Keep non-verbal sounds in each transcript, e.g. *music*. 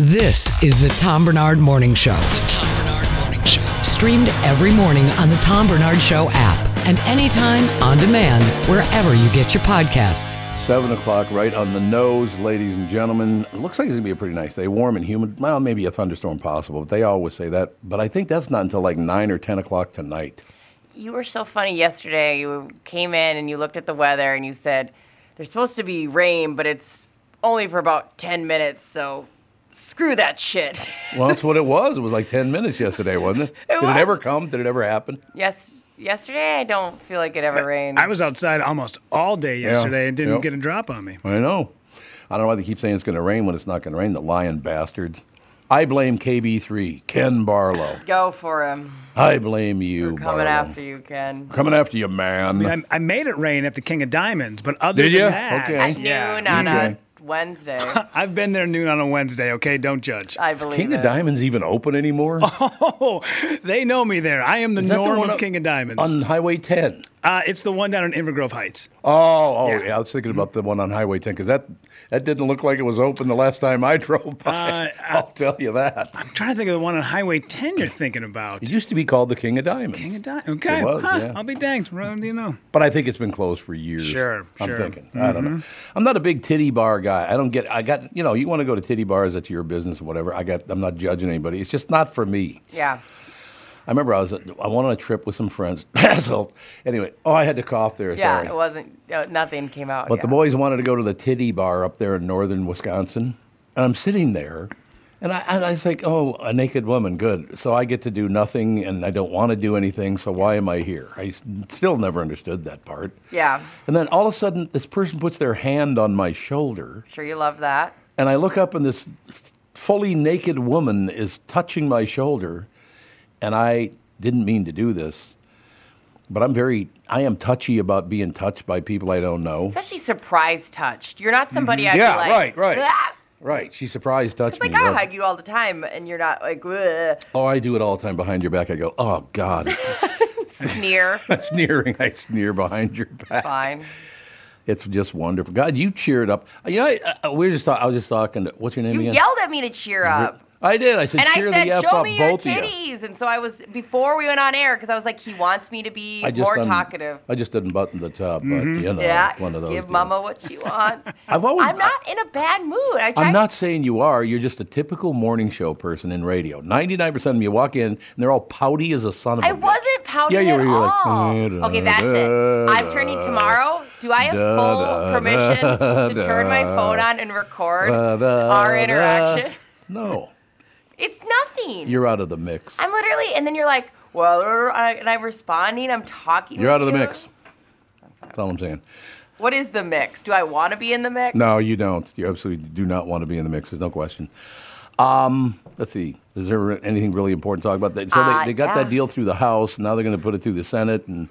This is the Tom Bernard Morning Show. The Tom Bernard Morning Show. Streamed every morning on the Tom Bernard Show app and anytime on demand wherever you get your podcasts. Seven o'clock, right on the nose, ladies and gentlemen. It looks like it's gonna be a pretty nice day, warm and humid. Well, maybe a thunderstorm possible, but they always say that. But I think that's not until like nine or ten o'clock tonight. You were so funny yesterday. You came in and you looked at the weather and you said, "There's supposed to be rain, but it's only for about ten minutes." So, screw that shit. *laughs* Well, that's what it was. It was like ten minutes yesterday, wasn't it? Did was. it ever come? Did it ever happen? yes, yesterday I don't feel like it ever rained. I was outside almost all day yesterday and didn't yep. get a drop on me. I know. I don't know why they keep saying it's gonna rain when it's not gonna rain. The lying bastards. I blame KB3, Ken Barlow. Go for him. I blame you, Coming Barlow. after you, Ken. Coming after you, man. I, I made it rain at the King of Diamonds, but other Did than ya? that, Okay. At Noon on Okay. a *laughs* Wednesday. I've been there noon on a Wednesday. Okay, don't judge. *laughs* I believe King it. of Diamonds even open anymore? Oh, they know me there. I am the Is that the norm one of up King of Diamonds. on Highway 10. uh, it's the one down in Invergrove Heights. Oh, oh, yeah. Yeah. Mm-hmm. I was thinking about the one on Highway 10 because that that didn't look like it was open the last time I *laughs* drove by. Uh, I'll tell you that. I'm trying to think of the one on Highway 10 you're thinking about. It used to be called the King of Diamonds, King of Diamonds. Okay, It was, huh, yeah. I'll be danged. Ron, do you know? but I think it's been closed for years. Sure, Mm-hmm. I'm sure. thinking. I don't know. I'm not a big titty bar guy. I don't get. I got. You know, you want to go to titty bars. That's your business, whatever. I got. I'm not judging anybody. It's just not for me. Yeah. I remember I was. I went on a trip with some friends. *coughs* so anyway, oh, I had to cough there. Yeah, sorry. it wasn't, uh, nothing came out. But yeah. the boys wanted to go to the titty bar up there in northern Wisconsin. And I'm sitting there and I, and I was like, oh, a naked woman, good. So I get to do nothing and I don't want to do anything. So why am I here? I s- still never understood that part. Yeah. And then all of a sudden, this person puts their hand on my shoulder Sure, you love that. and I look up and this f- fully naked woman is touching my shoulder, and I didn't mean to do this, but I'm very I am touchy about being touched by people I don't know. Especially surprise touched. You're not somebody I'd Mm-hmm. Yeah, be like, right, right, "Ah!" right. She surprised touched It's like "Oh, me. I wasn't- hug you all the time, and you're not like "Ugh," Oh, I do it all the time behind your back. I go, oh God, *laughs* *laughs* sneer. sneering. I sneer behind your back. Fine. It's just wonderful. God, you cheered up. You know, I, I, we were just talk, I was just talking. To, what's your name You again? yelled at me to cheer up. I did. I said, And I cheer the said, f show up, me your both of you. titties. And so I was, before we went on air, because I was like, he wants me to be I just more un- talkative. I just unbuttoned the top, but you know, yeah, it's one just of those. give deals. mama what she wants. *laughs* I've always- I'm not in a bad mood. I try I'm not saying you are. You're just a typical morning show person in radio. 99% of them, you walk in and they're all pouty as a son of a I bitch. wasn't pouting Yeah, you were. at you were like, all. "Da, okay, da, that's it. da, I'm turning *laughs* da, tomorrow. Do I have da, full da, permission da, to turn my da, phone on and record da, da, our da." interaction? *laughs* No, It's nothing. you're out of the mix. I'm literally, and then you're like, well, er, I- and I'm responding. I'm talking. you're with out of the you. mix. That's all I'm saying. What is the mix? Do I want to be in the mix? No, you don't. You absolutely do not want to be in the mix. There's no question. Um, let's see. Is there anything really important to talk about? They- So Uh, they, they got yeah. that deal through the House. Now they're going to put it through the Senate. And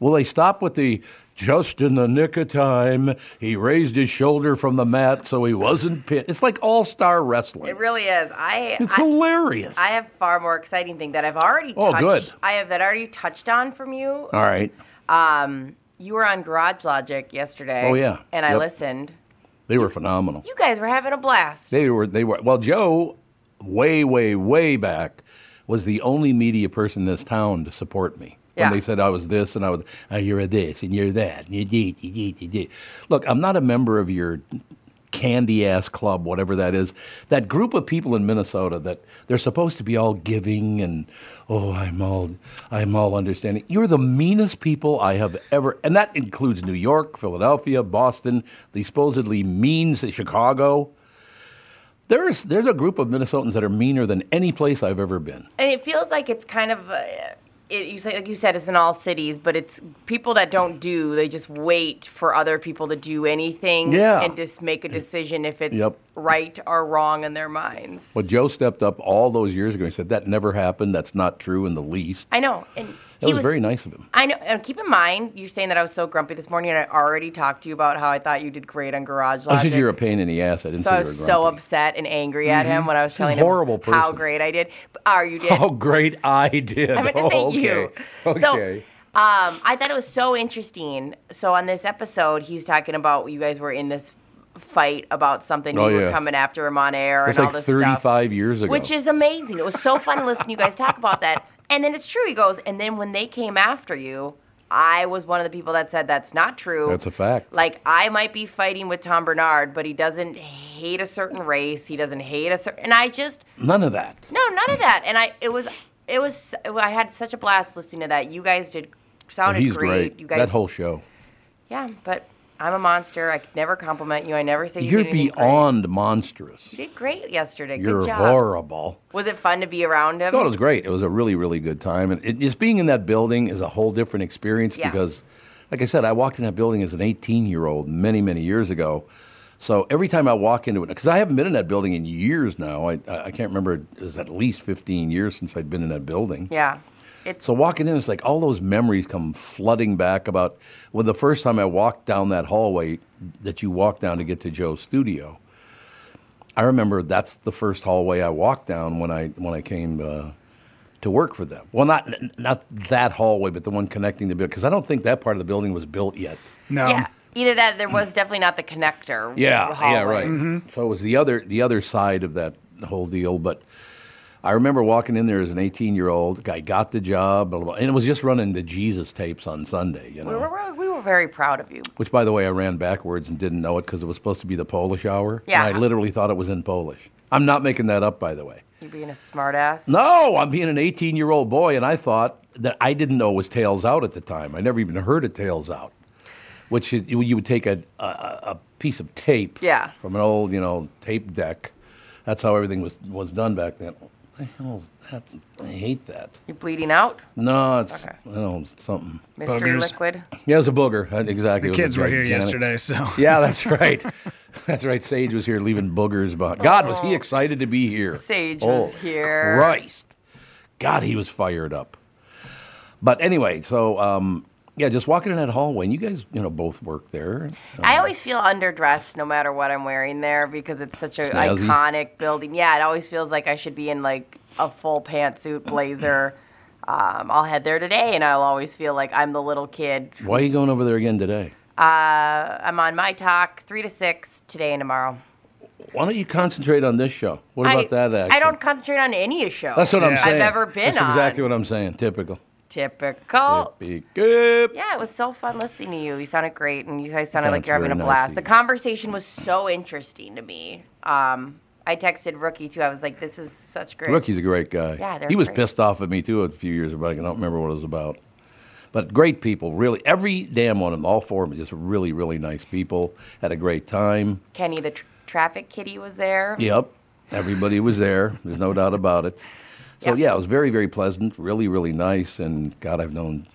will they stop with the just in the nick of time? He raised his shoulder from the mat, so he wasn't pit. It's like all star wrestling. It really is. I. it's I- hilarious. I have far more exciting thing that I've already Oh, touched. good. Uh. I have that already touched on from you. all right. You were on Garage Logic yesterday. Oh, yeah. And I Yep. listened. They were phenomenal. You guys were having a blast. They were they were well Joe way way way back was the only media person in this town to support me. Yeah. When they said I was this and I was oh, you're a this and you're that and you dee, dee, dee, dee, dee. Look, I'm not a member of your candy ass club, whatever that is. That group of people in Minnesota that they're supposed to be all giving and oh I'm all I'm all understanding. You're the meanest people I have ever and that includes New York, Philadelphia, Boston, the supposedly means Chicago. There's there's a group of Minnesotans that are meaner than any place I've ever been. and it feels like it's kind of uh, it, you say like you said it's in all cities but it's people that don't do they just wait for other people to do anything Yeah. and just make a decision if it's Yep. right or wrong in their minds But Joe stepped up all those years ago. He said that never happened. That's not true in the least. i know and That he was very nice of him. I know. And keep in mind, you're saying that I was so grumpy this morning, and I already talked to you about how I thought you did great on Garage I Logic. said you're a pain in the ass. I didn't so say I you were was so grumpy. Mm-hmm. upset and angry at him when I was telling horrible him how person. great I did. But, oh, you *laughs* did. How great I did. I meant to oh, say okay. you. *laughs* Okay. So, um, I thought it was so interesting. So on this episode, he's talking about you guys were in this fight about something. Oh, you yeah. were coming after him on air That's and like all this 35 stuff. years ago. Which is amazing. It was so fun listening to you guys talk about that. *laughs* And then it's true, he goes, and then when they came after you, I was one of the people that said that's not true. That's a fact. Like, I might be fighting with Tom Bernard, but he doesn't hate a certain race. He doesn't hate a certain. And I just, None of that. no, none of that. And I, it was, it was, I had such a blast listening to that. You guys did, sounded He's great. great. You guys, that whole show. yeah, but I'm a monster. I could never compliment you. I never say you You're did anything beyond monstrous. Great. You did great yesterday. You're Good job. horrible. Was it fun to be around him? No, it was great. It was a really, really good time. And it, just being in that building is a whole different experience Yeah. because, like I said, I walked in that building as an 18 year old many, many years ago. So every time I walk into it, because I haven't been in that building in years now, I, I I can't remember, it was at least 15 years since I'd been in that building. Yeah. It's So walking in, it's like all those memories come flooding back about when the first time I walked down that hallway that you walk down to get to Joe's studio. I remember that's the first hallway I walked down when I when I came uh, to work for them. Well, not not that hallway, but the one connecting the building because I don't think that part of the building was built yet. No. yeah. Either that, there was definitely not the connector. Yeah, yeah, hallway. right. So it was the other the other side of that whole deal. But I remember walking in there as an 18 year old guy, got the job, blah, blah, blah. and it was just running the Jesus tapes on Sunday, you know. We were, we were- we were very proud of you. Which, by the way, I ran backwards and didn't know it because it was supposed to be the Polish hour. And I Yeah. literally thought it was in Polish. I'm not making that up, by the way. You being a smartass. No, I'm being an 18 year old boy, and I thought that I didn't know it was Tails Out at the time. I never even heard of Tails Out, which is, you you would take a, a, a piece of tape Yeah. from an old, you know, tape deck. That's how everything was, was done back then. What the hell is that? I hate that. You're bleeding out. No, it's, Okay. I don't know, something. Mystery Boogers. liquid. Yeah, it's a booger. That- The Exactly. It was a kids were here gigantic- yesterday, so. Yeah, that's right. *laughs* That's right. Sage was here leaving boogers behind. God, was he excited to be here? Oh. Sage Oh, was here. Christ. God, he was fired up. But anyway, so um, yeah, just walking in that hallway, and you guys, you know, both work there. I always feel underdressed no matter what I'm wearing there because it's such an Snazzy. iconic building. Yeah, it always feels like I should be in like a full pantsuit blazer. Um, I'll head there today, and I'll always feel like I'm the little kid. Why are you going over there again today? I'm on my talk three to six today and tomorrow. Why don't you concentrate on this show? What about I, that? Action? I don't concentrate on any show. That's what I'm Yeah. saying. I've ever been That's exactly on. what I'm saying. Typical. Typical. Typical. Yeah, it was so fun listening to you. You sounded great, and you guys sounded like That's you're having a very nice blast. of The you. conversation was so interesting to me. Um, I texted Rookie too. I was like, "This is such great." Rookie's a great guy. Yeah, they're he was great. pissed off at me too a few years back. I don't remember what it was about. But great people, really. Every damn one of them, all four of them, just really, really nice people. Had a great time. Kenny, the tr- traffic kitty, was there. Yep. Everybody was there. There's no doubt about it. So Yeah. yeah, it was very, very pleasant. Really, really nice. And God, I've known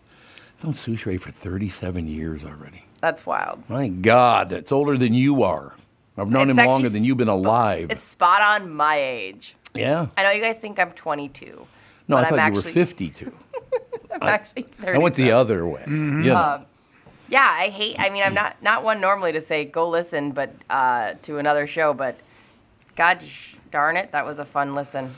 I've known Souchere for 37 years already. That's wild. My God, it's older than you are. I've known It's him longer actually than you've been alive. It's spot on my age. yeah. I know you guys think I'm 22. No, I but thought I'm you actually, were 52. I'm actually 30. I went the other way. You know. Uh, Yeah, I hate. I mean, I'm not not one normally to say go listen, but uh, to another show. But God sh- darn it, that was a fun listen.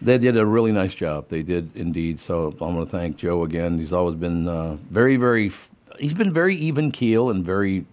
They did a really nice job. They did indeed. So I want to thank Joe again. He's always been uh, very, very. f- He's been very even keel and very.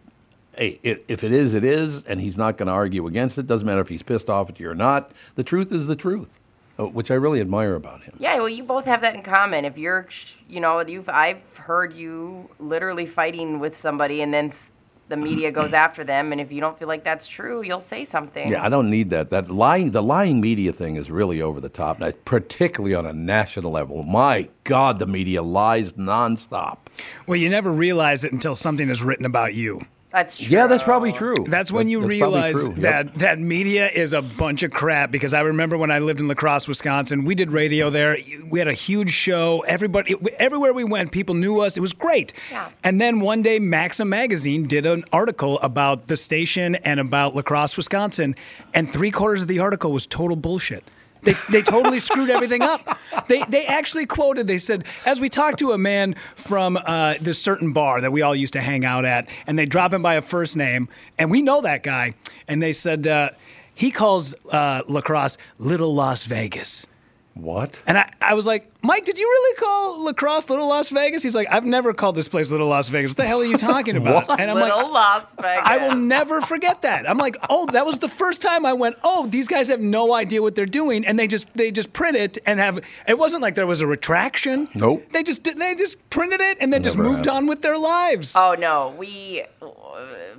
Hey, i- if it is, it is, and he's not going to argue against it. Doesn't matter if he's pissed off at you or not. The truth is the truth, uh, which I really admire about him. Yeah, well, you both have that in common. If you're, sh- you know, you've I've heard you literally fighting with somebody, and then s- the media goes after them, and if you don't feel like that's true, you'll say something. Yeah, I don't need that. That lying, the lying media thing is really over the top, now, particularly on a national level. My God, the media lies nonstop. *laughs* Well, you never realize it until something is written about you. that's true. Yeah, that's probably true. That's when That- you that's probably realize true. Yep. that that media is a bunch of crap. Because I remember when I lived in La Crosse, Wisconsin, we did radio there. We had a huge show. Everybody, everywhere we went, people knew us. It was great. Yeah. And then one day, Maxim magazine did an article about the station and about La Crosse, Wisconsin, and three quarters of the article was total bullshit. They, they totally screwed everything up. They, they actually quoted, they said, as we talked to a man from uh, this certain bar that we all used to hang out at, and they drop him by a first name, and we know that guy, and they said, uh, he calls uh, lacrosse Little Las Vegas. What? And I, I was like, Mike, did you really call lacrosse Little Las Vegas? He's like, I've never called this place Little Las Vegas. What the hell are you talking about? What? And I'm Little like, Las Vegas. I will never forget that. I'm like, oh, that was the first time I went, oh, these guys have no idea what they're doing, and they just they just print it and have. It wasn't like there was a retraction. Nope. They just did- they just printed it and then just Never moved happened. on with their lives. Oh no, we uh,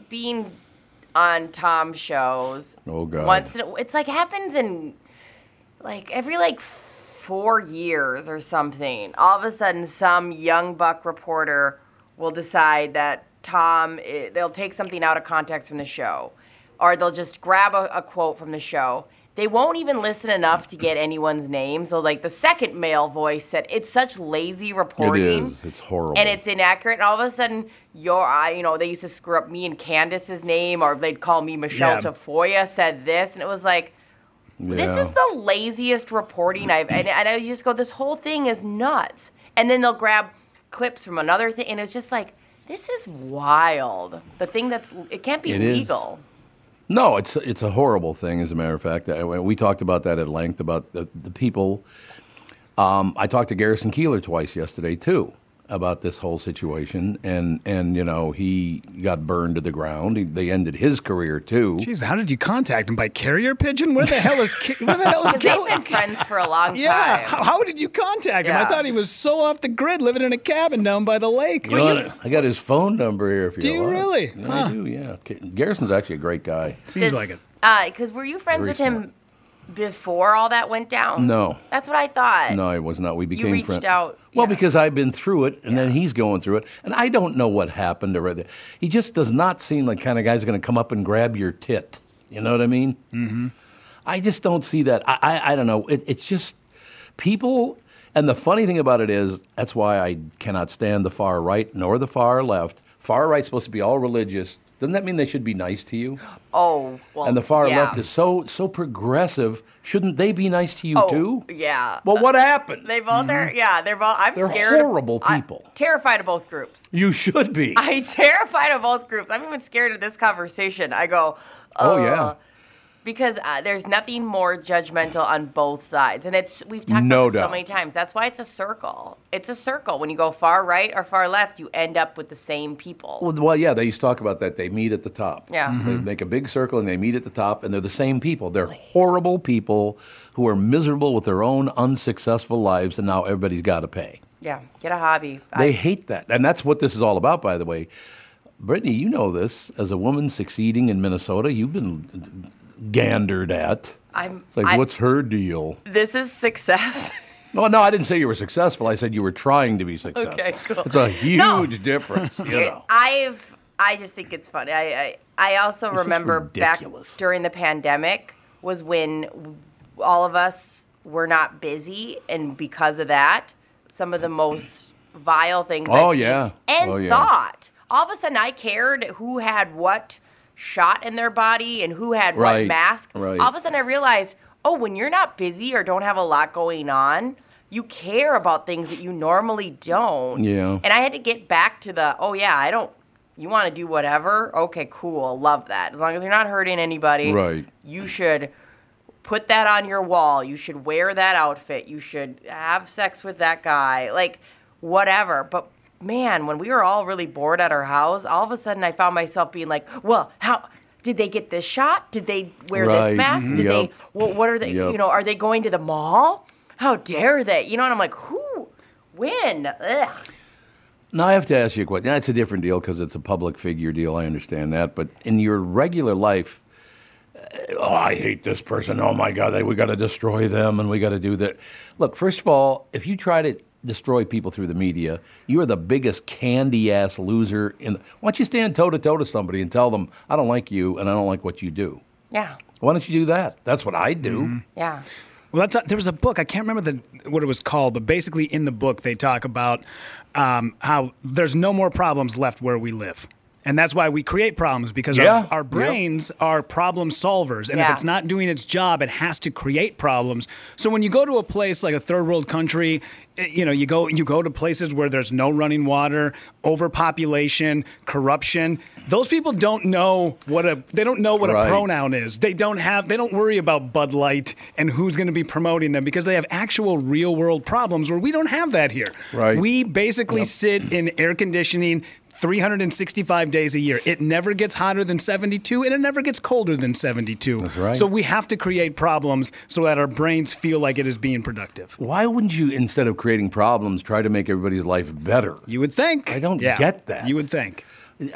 being on Tom shows. Oh, God. Once in a- it's like happens in like every like four years or something. All of a sudden, some young buck reporter will decide that Tom i- they'll take something out of context from the show, or they'll just grab a, a quote from the show. They won't even listen enough to get anyone's name. So, like the second male voice said, it's such lazy reporting. is. It's horrible. And it's it's inaccurate. And all of a sudden, your I, you know, they used to screw up me and Candace's name, or they'd call me Michelle Yeah. Tafoya said this, and it was like, this Yeah. is the laziest reporting I've. And, and I just go, this whole thing is nuts. And then they'll grab clips from another thing, and it's just like, this is wild. The thing that's it can't be It is. legal. No, it's it's a horrible thing. As a matter of fact, I, we talked about that at length about the, the people. Um, I talked to Garrison Keeler twice yesterday too about this whole situation, and and you know he got burned to the ground. He, they ended his career too. Jeez, how did you contact him by carrier pigeon? Where the hell is Ki- where the *laughs* hell is Because they've been Kelly? friends for a long Yeah, time. *laughs* how, how did you contact him? I Yeah. thought he was so off the grid, living in a cabin down by the lake. You know what? I got his phone number here. If you Do you want. really? Yeah, Huh. I do. Yeah, K- Garrison's actually a great guy. Seems Does- like it. Uh, Because were you friends Very with him before all that went down? No. That's what I thought. No, I was not. We became Eh, reached friends. out, Well, yeah. because I've been through it, and then he's going through it, and I don't know what happened or whether he just does not seem like kind of guy's going to come up and grab your tit. You know what I mean? Mm-hmm. I just don't see that. I I, I don't know. It, it's just people. And the funny thing about it is that's why I cannot stand the far right nor the far left. Far right's supposed to be all religious. Doesn't that mean they should be nice to you? Oh, well. and the far yeah. left is so so progressive. Shouldn't they be nice to you Oh, too? yeah. Well, what happened? They both are. Yeah, they're both. I'm They're scared. of- horrible I- people. terrified of both groups. *laughs* You should be. I'm terrified of both groups. I'm even scared of this conversation. I go. Oh, "Ugh," yeah. Because uh, there's nothing more judgmental on both sides, and it's we've talked No about this doubt. so many times. That's why it's a circle. It's a circle. When you go far right or far left, you end up with the same people. Well, well, yeah, they used to talk about that. They meet at the top. Yeah. Mhm. They make a big circle and they meet at the top, and they're the same people. They're horrible people who are miserable with their own unsuccessful lives, and now everybody's got to pay. yeah, get a hobby. I- They hate that. And that's what this is all about, by the way. Brittany, you know this. As a woman succeeding in Minnesota, you've been gandered at. I'm- It's like, I- what's her deal? Oh, this is success. *laughs* No, no, I didn't say you were successful. I said you were trying to be successful. Okay, cool. It's a huge No. difference, you It- know. I've I just think it's funny. I I, I also just remember back ridiculous. during the pandemic was when w- all of us were not busy, and because of that, some of the most vile things. Oh, I've seen yeah. and Oh, yeah. thought all of a sudden I cared who had what shot in their body and who had Right, what mask. right. All of a sudden I realized, oh, when you're not busy or don't have a lot going on. You care about things that you normally don't. Yeah. And I had to get back to the, oh, yeah, I don't, you want to do whatever? Okay, cool. Love that. As long as you're not hurting anybody, Right. you should put that on your wall. You should wear that outfit. You should have sex with that guy. Like, whatever. But man, when we were all really bored at our house, all of a sudden I found myself being like, well, how. Did they get this shot? Did they wear Right. this mask? Mhm. Did Yep. they? Well, what are they? Yep. You know, are they going to the mall? How dare they? You know, and I'm like, who? When? Ugh. Now I have to ask you a question. Now, it's a different deal because it's a public figure deal. I understand that, but in your regular life, uh, oh, I hate this person. Oh my God, they- we got to destroy them, and we got to do that. Look, first of all, if you try to destroy people through the media, you are the biggest candy ass loser. In the, why don't you stand toe to toe to somebody and tell them, "I don't like you, and I don't like what you do." Yeah. Why don't you do that? That's what I do. Yeah. Well, that's there was a book I can't remember the, what it was called, but basically in the book they talk about um, how there's no more problems left where we live, And that's why we create problems because our- Yeah, our, yeah. brains are problem solvers. And if Yeah. it's not doing its job, it has to create problems. So when you go to a place like a third world country, eh, you know, you go you go to places where there's no running water, overpopulation, corruption. Those people don't know what a they don't know what Right. a pronoun is. They don't have they don't worry about Bud Light and who's going to be promoting them because they have actual real world problems where we don't have that here. Right. We basically sit in air conditioning 365 days a year. It never gets hotter than 72 and it never gets colder than 72. That's right. So we have to create problems so that our brains feel like it is being productive. Why wouldn't you, instead of creating problems, try to make everybody's life better? You would think. I don't Yeah. get that. You would think.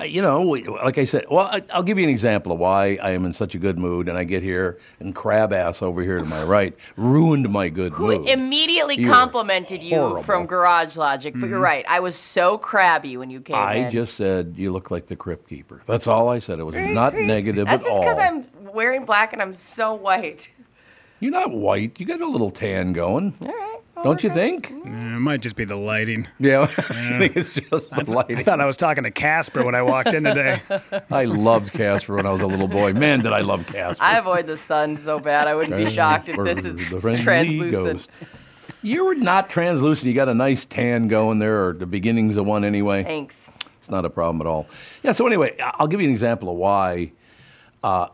Uh, you know, like I said, well, I- I'll give you an example of why I am in such a good mood, and I get here and crab ass over here *laughs* to my right ruined my good Who mood. immediately You were complimented you horrible. Mm-hmm. from Garage Logic, but you're right. I was so crabby when you came in. I just said you look like the crypt keeper. That's all I said. It was not *laughs* negative That's at just because all. I'm wearing black and I'm so white. You're not white. You got a little tan going, All right. I'll don't you work on it. think? Uh, it might just be the lighting. Yeah, *laughs* I think it's just the I lighting. thought I was talking to Casper when I walked in *laughs* today. I loved Casper when I was a little boy. Man, did *laughs* I love Casper. I avoid the sun so bad. I wouldn't be shocked if this is The friendly translucent. ghost. You were not translucent. You got a nice tan going there, or the beginnings of one anyway. Thanks. It's not a problem at all. Yeah. So anyway, I- I'll give you an example of why. Uh,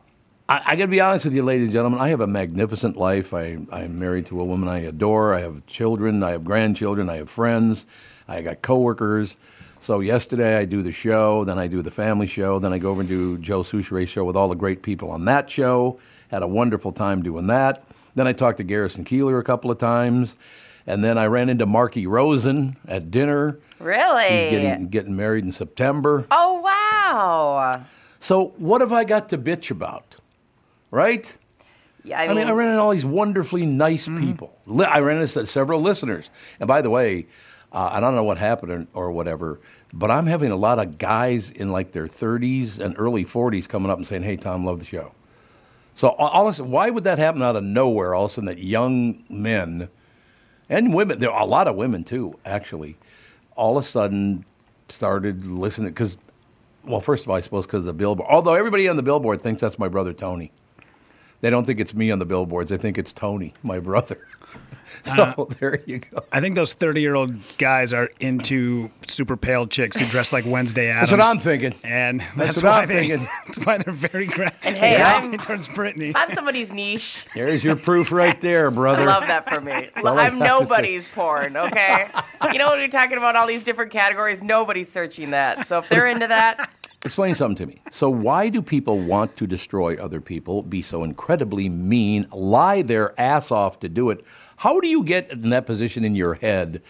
I, I got to be honest with you, ladies and gentlemen. I have a magnificent life. I, I'm married to a woman I adore. I have children. I have grandchildren. I have friends. I got coworkers. So yesterday I do the show, then I do the family show, then I go over and do Joe Souchere's show with all the great people on that show. Had a wonderful time doing that. Then I talked to Garrison Keeler a couple of times, and then I ran into Marky Rosen at dinner. Really? He's getting, getting married in September. oh wow. So what have I got to bitch about? Right? Yeah, I I mean, mean, I, ran into all these wonderfully nice people. Li- I ran into several listeners. And by the way, uh, I don't know what happened or, or whatever, but I'm having a lot of guys in like their 30s and early 40s coming up and saying, hey, Tom, love the show. So ho- honestly, why would that happen out of nowhere? All of a sudden, that young men and women, there are a lot of women too, actually, all of a sudden started listening because, well, first of all, I suppose because the billboard. Although everybody on the billboard thinks that's my brother Tony. They don't think it's me on the billboards. They think it's Tony, my brother. *laughs* so there you go. Uh, I think those 30 year old guys are into super pale chicks who dress like Wednesday Addams. That's what I'm thinking. And that's, what why I'm they, thinking. *laughs* That's why they're very gra- hey, gravitating I'm- *laughs* towards Britney. I'm somebody's *laughs* niche. There's your proof *laughs* right there, I brother. love that for me. all I I'm have to say. nobody's porn, *laughs* okay? You know what we're talking about? All these different categories. Nobody's searching that. So if they're into that, Explain something to me. So, why do people want to destroy other people, be so incredibly mean, lie their ass off to do it? How do you get in that position in your head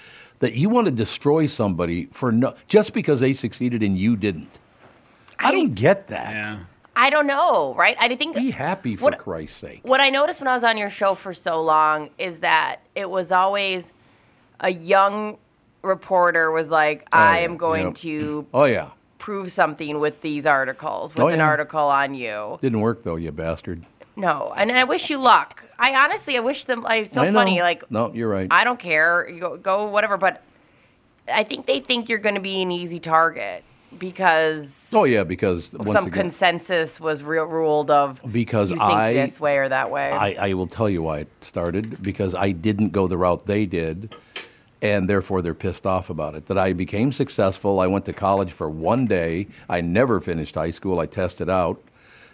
that you want to destroy somebody for no, just because they succeeded and you didn't? I, don't get that. Yeah. I don't know, right? I think Be happy for What- Christ's sake. What I noticed when I was on your show for so long is that it was always a young reporter was like, I Oh, yeah, am going yep. to Oh, yeah. prove something with these articles, with Oh, an yeah. article on you. Didn't work, though, you bastard. No, and I wish you luck. I honestly, I wish them. I, it's so I know. funny. Like, no, you're right. I don't care. You go, go whatever. But I think they think you're going to be an easy target because oh, yeah, because once some again, consensus was real ruled of Because you think I- this way or that way. I, I will tell you why it started because I didn't go the route they did, and therefore they're pissed off about it. That I became successful. I went to college for one day. I never finished high school. I tested out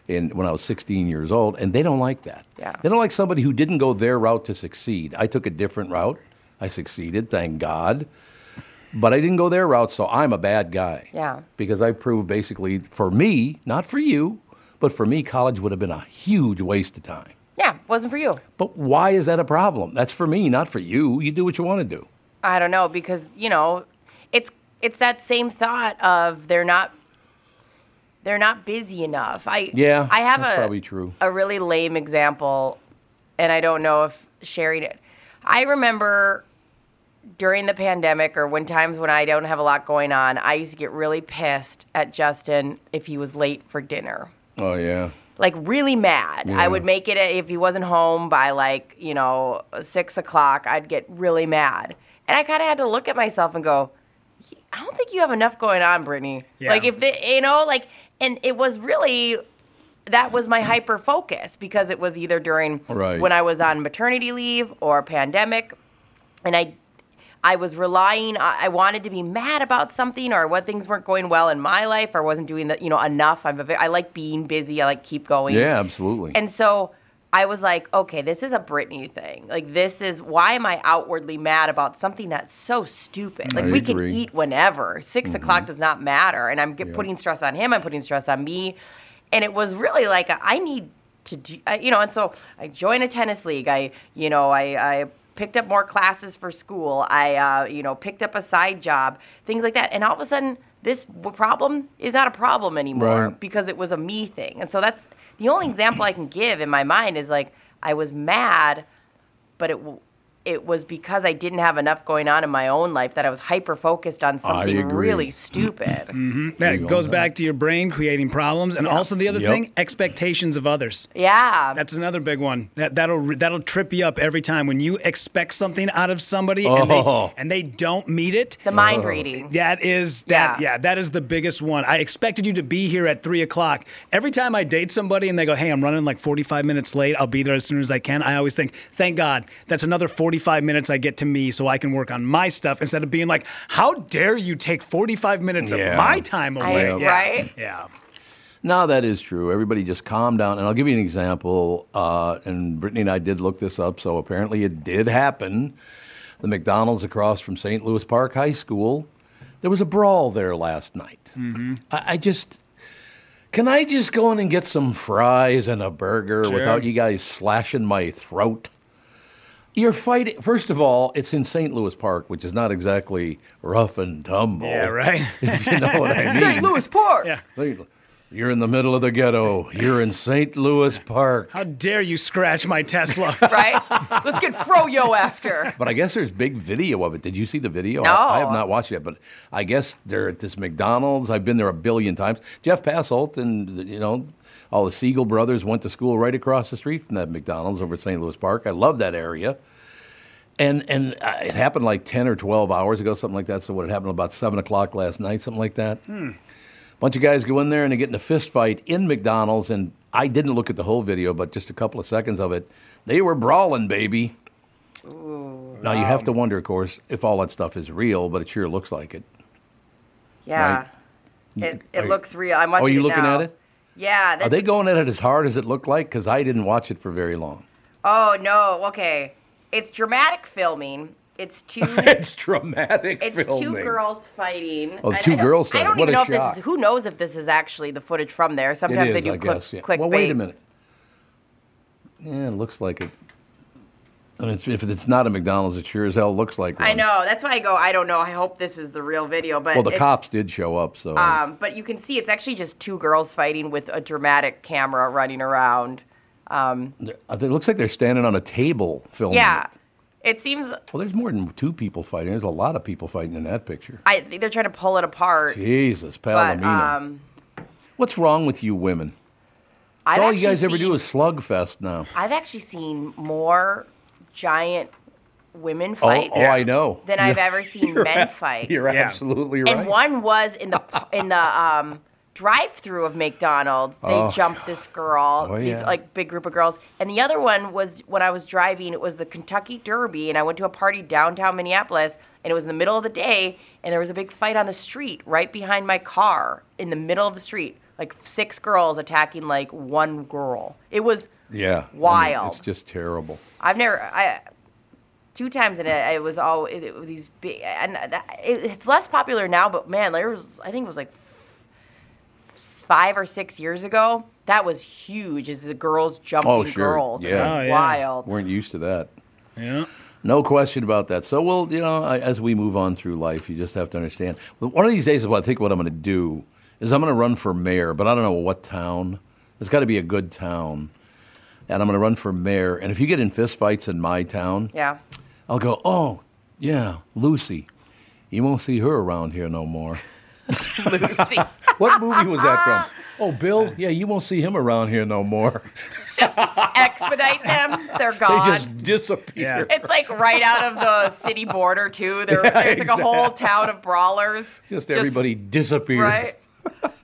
in, when I was 16 years old, and they don't like that. Yeah. They don't like somebody who didn't go their route to succeed. I took a different route. I succeeded, thank God. But I didn't go their route, so I'm a bad guy. Yeah. Because I proved basically for me, not for you, but for me, college would have been a huge waste of time. yeah, wasn't for you. But why is that a problem? That's for me, not for you. You do what you want to do. I don't know because you know, it's it's that same thought of they're not they're not busy enough. I Yeah, I have that's a probably true. a really lame example, and I don't know if Sherry did. I remember during the pandemic or when times when I don't have a lot going on, I used to get really pissed at Justin if he was late for dinner Oh yeah. like really mad. Yeah. I would make it if he wasn't home by like you know six o'clock. I'd get really mad, and I kind of had to look at myself and go, I don't think you have enough going on, Brittany. Yeah. Like if they, you know, like, and it was really that was my hyper focus because it was either during Right. when I was on maternity leave or pandemic, and I. I was relying. I I wanted to be mad about something, or what things weren't going well in my life, or wasn't doing that, you know, enough. I'm a ve- I like being busy. I like keep going. Yeah, absolutely. And so I was like, okay, this is a Britney thing. Like, this is why am I outwardly mad about something that's so stupid? Like, I we agree. can eat whenever. 6 o'clock does not matter. And I'm get, putting stress on him. I'm putting stress on me. And it was really like, I need to, do, I- you know. And so I joined a tennis league. I, you know, I, I picked up more classes for school. I, uh, you know, picked up a side job, things like that. And all of a sudden. This w- problem is not a problem anymore Right. because it was a me thing. And so that's the only example I can give in my mind is like I was mad, but it w- it was because I didn't have enough going on in my own life that I was hyper focused on something agree. really stupid. That go on goes that. back to your brain creating problems, and also the other Yep. thing, expectations of others. Yeah. That's another big one. That that'll that'll trip you up every time when you expect something out of somebody and, Oh. they, and they don't meet it. the mind reading. That is that yeah. Yeah. that is the biggest one. I expected you to be here at three o'clock. Every time I date somebody and they go, Hey, I'm running like forty five minutes late, I'll be there as soon as I can, I always think, Thank God, that's another forty five minutes I get to me so I can work on my stuff instead of being like, How dare you take forty five minutes Yeah. of my time away? I- Yeah. right? Yeah. No, that is true. Everybody just calm down. And I'll give you an example. Uh, and Brittany and I did look this up, so apparently it did happen. The McDonald's across from St. Louis Park High School, there was a brawl there last night. Mm-hmm. I, I just. Can I just go in and get some fries and a burger without you guys slashing my throat? You're fighting. First of all, it's in St. Louis Park, which is not exactly rough and tumble. Yeah, right. *laughs* If *laughs* you know what I mean. St. Louis Park. Yeah. They- You're in the middle of the ghetto. You're in St. Louis Park. How dare you scratch my Tesla? Right? Let's get Froyo after. But I guess there's big video of it. Did you see the video? No. I, I have not watched it, but I guess they're at this McDonald's. I've been there a billion times. Jeff Passolt and you know all the Siegel brothers went to school right across the street from that McDonald's over at St. Louis Park. I love that area. And and uh, it happened like ten or twelve hours ago, something like that. So what it happened about seven o'clock last night, something like that. bunch of guys go in there and they get in a fist fight in McDonald's. And I didn't look at the whole video, but just a couple of seconds of it. They were brawling, baby. now you Um, have to wonder, of course, if all that stuff is real, but it sure looks like it. Yeah. Right. It, it Are- looks real. I'm watching oh, you it looking now. at it? Yeah. Are That's, they going at it as hard as it looked like? Because I didn't watch it for very long. *laughs* oh, no. Okay. It's dramatic filming. It's *laughs* two. It's dramatic. It's two filming. girls fighting. Oh, And two I don't- I girls fighting. don't What even a know if shock. this is. Who knows if this is actually the footage from there? It Sometimes they is, do I click, guess, yeah. clickbait. Well, wait a minute. Yeah, it looks like it. I mean, it's, if it's not a McDonald's, it sure as hell looks like one. I know. That's why I go. I don't know. I hope this is the real video. But Um, Well, the it's- cops did show up, so. Um, but you can see it's actually just two girls fighting with a dramatic camera running around. Oh Um, I think- It looks like they're standing on a table filming. yeah, it. it seems Well, there's more than two people fighting. There's a lot of people fighting in that picture. I think they're trying to pull it apart. Jesus, but Palomino. um, What's wrong with you women? I've All you guys actually ever do seen- is slugfest now. I've actually seen more giant women Oh, fight oh, I know. than I've ever seen men fight. *laughs* You're Yeah. absolutely right. and one was in *laughs* the in the um, drive-through of McDonald's. They Oh, jumped this girl, Oh, these yeah. like big group of girls, and the other one was when I was driving. It was the Kentucky Derby, and I went to a party downtown Minneapolis, and it was in the middle of the day, and there was a big fight on the street right behind my car in the middle of the street. Like six girls attacking like one girl. It was yeah. I mean, wild. it's just terrible. I've never I two times and it, it was all it, it was these big and that, it, it's less popular now but man there was I think it was like f- f- 5 or 6 years ago that was huge is the girls jumping Oh, sure. girls It Yeah. was Oh, yeah. wild Weren't used to that. yeah. No question about that. So, well, you know, I, as we move on through life, you just have to understand. But One of these days, well, I think what I'm going to do is I'm going to run for mayor, but I don't know what town. There's got to be a good town. And I'm going to run for mayor. And if you get in fistfights in my town, yeah I'll go, oh, yeah, Lucy. You won't see her around here no more. Lucy *laughs* What movie was that from? Oh, Bill. Yeah, you won't see him around here no more. *laughs* Just expedite them. They're They gone. just disappear. Yeah. It's like right out of the city border too. There, Yeah, there's like a whole town of brawlers. Just everybody disappears. right?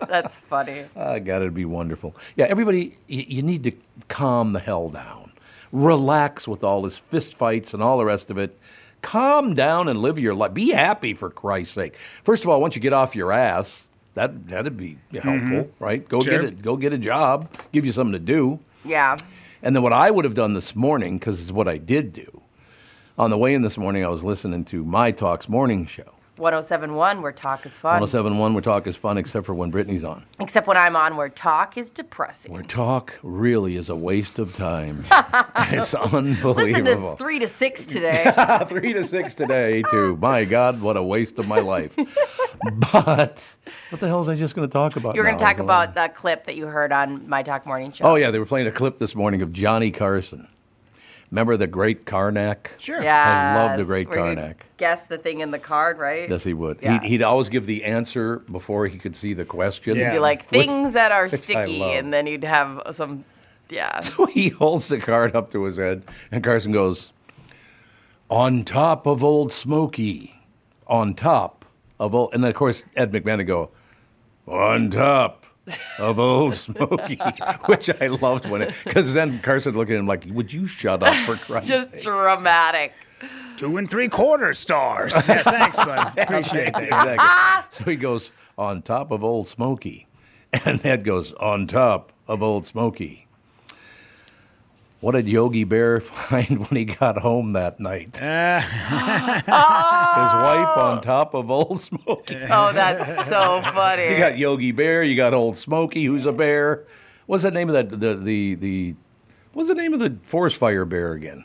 That's funny. I got to be wonderful. Yeah, everybody, you, you need to calm the hell down. Relax with all his fist fights and all the rest of it. Calm down and live your life. Be happy for Christ's sake. First of all, once you get off your ass, that that'd be helpful, right? Go Sure. get it. Go get a job. Give you something to do. Yeah. And then what I would have done this morning, because it's what I did do. On the way in this morning, I was listening to my talks morning show. 1071 where talk is fun. 1071 where talk is fun except for when Brittany's on. Except when I'm on where talk is depressing. Where talk really is a waste of *laughs* time. it's Listen to *laughs* unbelievable. 3 to *laughs* 6 today. Three to six today, too. My God, what a waste of my *laughs* life. but what the hell was I just going to talk about? You were going now? to talk So- about that clip that you heard on My Talk Morning Show. Oh, yeah, they were playing a clip this morning of Johnny Carson. Remember the great Karnak? Sure. Yeah. I love the great Karnak. Guess the thing in the card, right? Yes, he would. Yeah. He'd, he'd always give the answer before he could see the question. Yeah. Be like things that *laughs* are I sticky, love. and then you'd have some. *laughs* Yeah. So he holds the card up to his head, and Carson goes, "On top of Old Smoky, on top of Old," and then of course Ed McMahon would go, "On top." Of old Smoky, *laughs* which I loved when it, because then Carson looked at him like, "Would you shut up for Christ's Just sake?" dramatic. *laughs* Two and three quarter stars. Yeah, thanks, *laughs* bud. Appreciate that. *laughs* exactly. So he goes on top of Old Smoky, and Ed goes on top of Old Smoky. What did Yogi Bear *laughs* find when he got home *laughs* that night? Ah. His wife on top of Old Smoky. Oh, that's so funny. *laughs* You got Yogi Bear. You got Old Smoky, who's a bear. What's the name of that? The the the. What's the name of the forest fire bear again?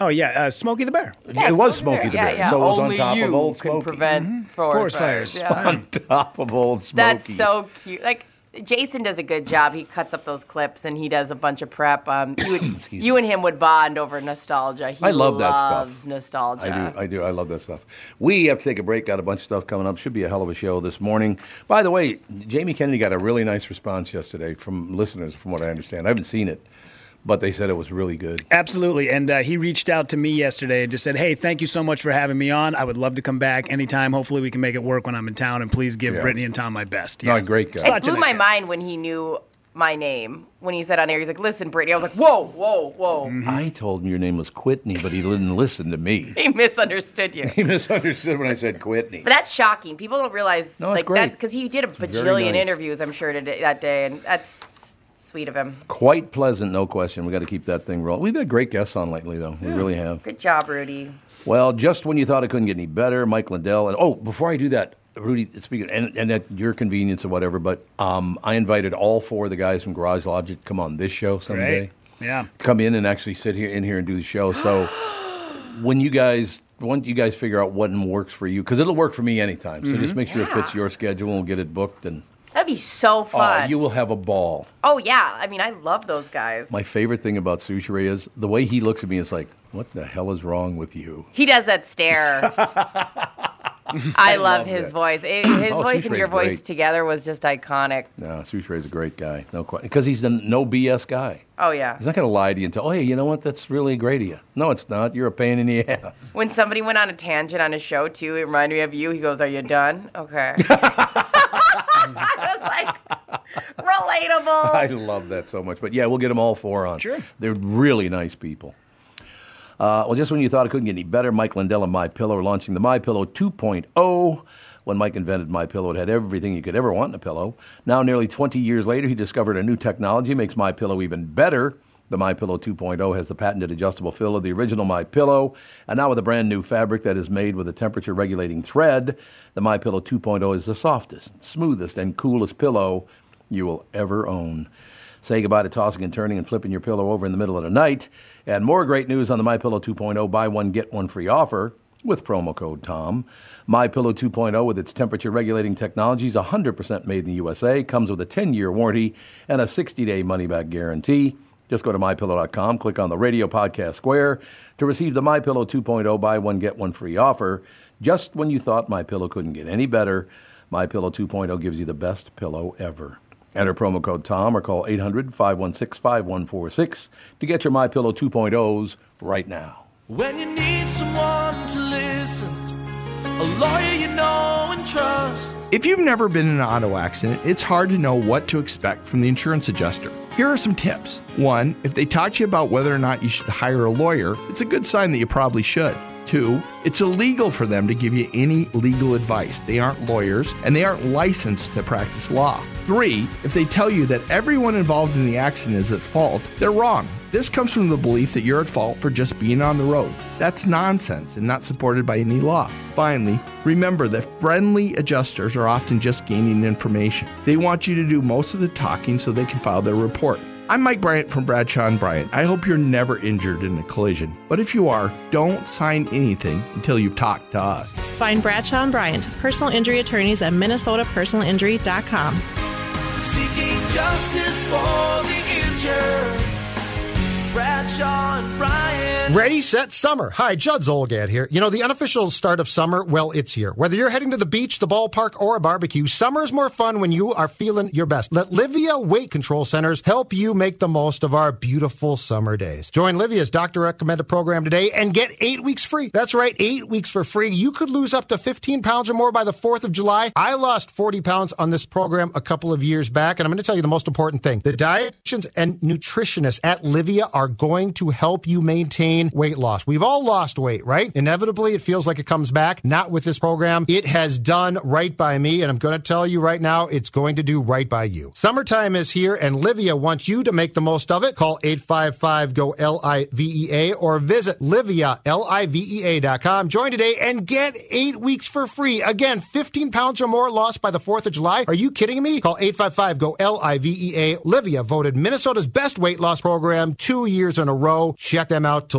Oh yeah, uh, Smokey the Bear. Yeah, it was so there- Smoky the yeah, Bear. yeah. So it was Only on top you of Old can Smoky. prevent forest, Mm-hmm. Forest fires. Yeah. On top of Old Smoky. That's so cute. Like Jason does a good job. He cuts up those clips and he does a bunch of prep. Um, you, *coughs* would, you and him would bond over nostalgia. He I love that stuff. loves nostalgia. I do. I do. I love that stuff. We have to take a break. Got a bunch of stuff coming up. Should be a hell of a show this morning. By the way, Jamie Kennedy got a really nice response yesterday from listeners, from what I understand. I haven't seen it, but they said it was really good. Absolutely. And uh, he reached out to me yesterday and just said, Hey, thank you so much for having me on. I would love to come back anytime. Hopefully, we can make it work when I'm in town. And please give Yeah. Brittany and Tom my best. No, great guy. it Such a blew nice my guy. mind when he knew my name when he said on air. He's like, "Listen, Brittany." I was like, "Whoa, whoa, whoa!" I told him your name was Quitney, but he didn't listen to me. *laughs* He misunderstood *laughs* you. He misunderstood when I said Quitney. But that's shocking. People don't realize No, it's like great. that's because he did a very bajillion nice. interviews. I'm sure today, that day, and that's s- sweet of him. Quite pleasant, no question. We got to keep that thing rolling. We've had great guests on lately, though. We really have. Good job, Rudy. Well, just when you thought it couldn't get any better, Mike Lindell. And oh, before I do that, Rudy, speaking and, and at your convenience or whatever, but um, I invited all four of the guys from Garage Logic to come on this show someday. Great. Yeah. Come in and actually sit here in here and do the *gasps* show. So when you guys once you guys figure out what works for you, because it'll work for me anytime. So just make sure it fits Mm-hmm. Yeah. your schedule and we'll get it booked and That'd be so oh, fun. you will have a ball. Oh yeah, I mean I love those guys. My favorite thing about Sushi Ray is the way he looks at me is like, what the hell is wrong with you? he does that stare. *laughs* I, love, love his that. voice. *clears throat* It- his Oh, voice Sweet and Ray's your voice great. together was just iconic. No, Sushi Ray's Uh, a great guy, no question, because he's the no BS guy. Oh yeah. He's not going to lie to you and tell, oh, hey, you know what? That's really great of you. No, it's not. You're a pain in the *laughs* ass. When somebody went on a tangent on a show too, it reminded me of you. He goes, "Are you done?" *laughs* Okay. *laughs* I was like, relatable. I love that so much. But yeah, we'll get them all four on. Sure. They're really nice people. Uh, well, just when you thought it couldn't get any better, Mike Lindell and My Pillow are launching the My Pillow 2.0. When Mike invented My Pillow, it had everything you could ever want in a pillow. Now, nearly 20 years later, he discovered a new technology makes My Pillow even better. The My Pillow 2.0 has the patented adjustable fill of the original My Pillow, and now with a brand new fabric that is made with a temperature regulating thread, the My Pillow 2.0 is the softest, smoothest, and coolest pillow you will ever own. Say goodbye to tossing and turning and flipping your pillow over in the middle of the night. And more great news on the MyPillow 2.0 buy one, get one free offer with promo code TOM. MyPillow 2.0, with its temperature regulating technologies, 100% made in the USA, comes with a 10 year warranty and a 60 day money back guarantee. Just go to mypillow.com, click on the radio podcast square to receive the MyPillow 2.0 buy one, get one free offer. Just when you thought MyPillow couldn't get any better, My Pillow 2.0 gives you the best pillow ever. Enter promo code TOM or call 800 516 5146 to get your My Pillow 2.0s right now. When you need someone to listen, a lawyer you know and trust. If you've never been in an auto accident, it's hard to know what to expect from the insurance adjuster. Here are some tips. One, if they talk to you about whether or not you should hire a lawyer, it's a good sign that you probably should. Two, it's illegal for them to give you any legal advice. They aren't lawyers and they aren't licensed to practice law. Three, if they tell you that everyone involved in the accident is at fault, they're wrong. This comes from the belief that you're at fault for just being on the road. That's nonsense and not supported by any law. Finally, remember that friendly adjusters are often just gaining information. They want you to do most of the talking so they can file their report. I'm Mike Bryant from Bradshaw and Bryant. I hope you're never injured in a collision, but if you are, don't sign anything until you've talked to us. Find Bradshaw and Bryant, personal injury attorneys at minnesotapersonalinjury.com. Seeking justice for the injured. Bradshaw and Brian. Ready, set, summer. Hi, Judd Zolgad here. You know, the unofficial start of summer, well, it's here. Whether you're heading to the beach, the ballpark, or a barbecue, summer's more fun when you are feeling your best. Let Livia Weight Control Centers help you make the most of our beautiful summer days. Join Livia's doctor recommended program today and get eight weeks free. That's right, eight weeks for free. You could lose up to 15 pounds or more by the 4th of July. I lost 40 pounds on this program a couple of years back, and I'm going to tell you the most important thing. The dietitians and nutritionists at Livia are going to help you maintain weight loss. We've all lost weight, right? Inevitably, it feels like it comes back. Not with this program. It has done right by me, and I'm going to tell you right now, it's going to do right by you. Summertime is here, and Livia wants you to make the most of it. Call 855 GO L I V E A or visit Livia, L I V E A dot com. Join today and get eight weeks for free. Again, 15 pounds or more lost by the 4th of July. Are you kidding me? Call 855 GO L I V E A. Livia voted Minnesota's best weight loss program two years in a row. Check them out to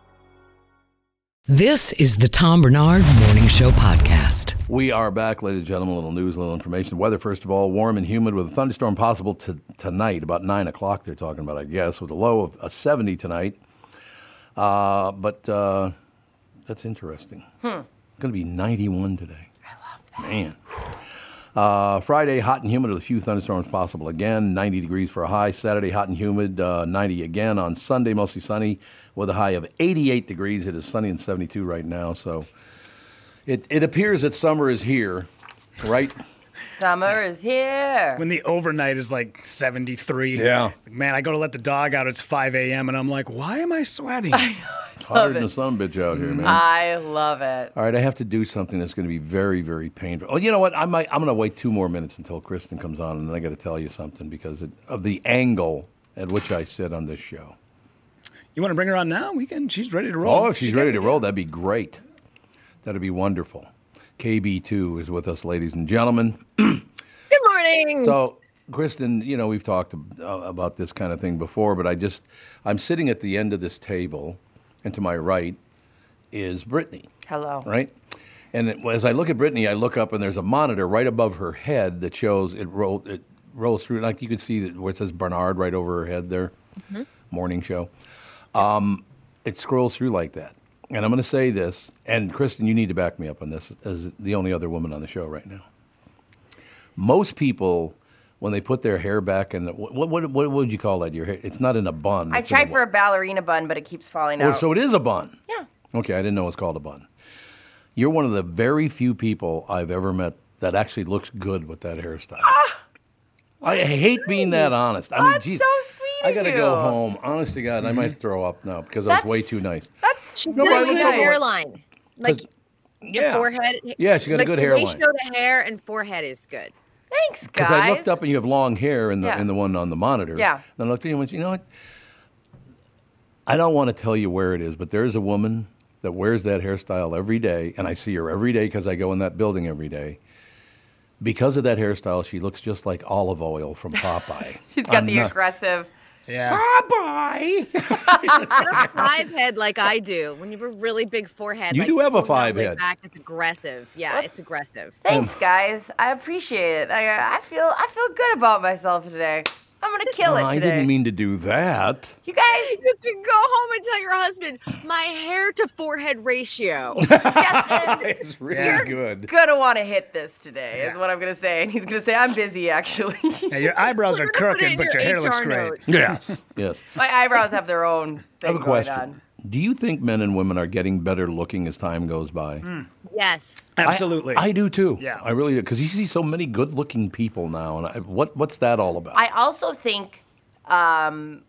This is the Tom Bernard Morning Show Podcast. We are back, ladies and gentlemen. A little news, a little information. Weather, first of all, warm and humid with a thunderstorm possible t- tonight, about 9 o'clock, they're talking about, I guess, with a low of a 70 tonight. Uh, but uh, that's interesting. It's going to be 91 today. Hmm. I love that. Man. Uh, Friday, hot and humid with a few thunderstorms possible again. 90 degrees for a high. Saturday, hot and humid, uh, 90 again. On Sunday, mostly sunny with a high of 88 degrees. It is sunny and 72 right now. So it, it appears that summer is here, right? Summer is here. When the overnight is like 73. Yeah. Like, man, I go to let the dog out. It's 5 a.m. and I'm like, why am *laughs* I sweating? Hotter than a sunbitch out here, man. I love it. All right, I have to do something that's going to be very, very painful. Oh, you know what? I might, I'm going to wait two more minutes until Kristen comes on, and then I got to tell you something because it, of the angle at which I sit on this show. you want to bring her on now? We can. She's ready to roll. Oh, if she's She ready can- to roll, that'd be great. That'd be wonderful. KB2 is with us, ladies and gentlemen. Good morning. So, Kristen, you know, we've talked ab- uh, about this kind of thing before, but I just, I'm sitting at the end of this table, and to my right is Brittany, Hello. right? And it- as I look at Brittany, I look up, and there's a monitor right above her head that shows it rolled, it rolls through. Like you can see that where it says Bernard right over her head there, Mm-hmm. morning show. Um, it scrolls through like that. And I'm going to say this, and Kristen, you need to back me up on this as the only other woman on the show right now most people when they put their hair back in the, what, what, what, what would you call that your hair it's not in a bun I it's in tried for a ballerina bun, but it keeps falling well, out. so it is a bun Yeah. okay i didn't know it's called a bun you're one of the very few people i've ever met that actually looks good with that hairstyle. I hate being that honest. I mean, Ah! That's geez, so sweet I of gotta you. Mm-hmm. go home. Honest to God, I might throw up now because I was way That's- too nice. That's She's no, got a really good nice. hairline. Like your yeah. forehead. Yeah, she got a like, good the hairline. Ratio to hair and forehead is good. Thanks, Because I looked up and you have long hair in the Yeah. in the one on the monitor. Yeah. And I looked at you and went, you know what? I don't want to tell you where it is, but there is a woman that wears that hairstyle every day, and I see her every day because I go in that building every day. Because of that hairstyle, she looks just like olive *laughs* oil from Popeye. She's got I'm the not- aggressive. Yeah. *laughs* Bye bye. five head like I do. When you have a really big forehead, You like, do have a pulled all the five way head. Back, it's aggressive. Yeah, it's aggressive. Um, Thanks, guys. I appreciate it. I, I feel I feel good about myself today. I'm gonna kill Oh, it I today. didn't mean to do that. You guys, *laughs* you can go home and tell your husband my hair to forehead *laughs* ratio. It's really You're good. gonna want to hit this today, is what I'm gonna say. And he's gonna say, "I'm busy, actually." *laughs* Yeah, your eyebrows are crooked, but your hair looks great. *laughs* Yes. yes. My eyebrows have their own thing I have a going on. question. Do you think men and women are getting better looking as time goes by? Yes. I- I, do too. Yeah. I really do. Because you see so many good looking people now. And I, what, what's that all about? I also think um,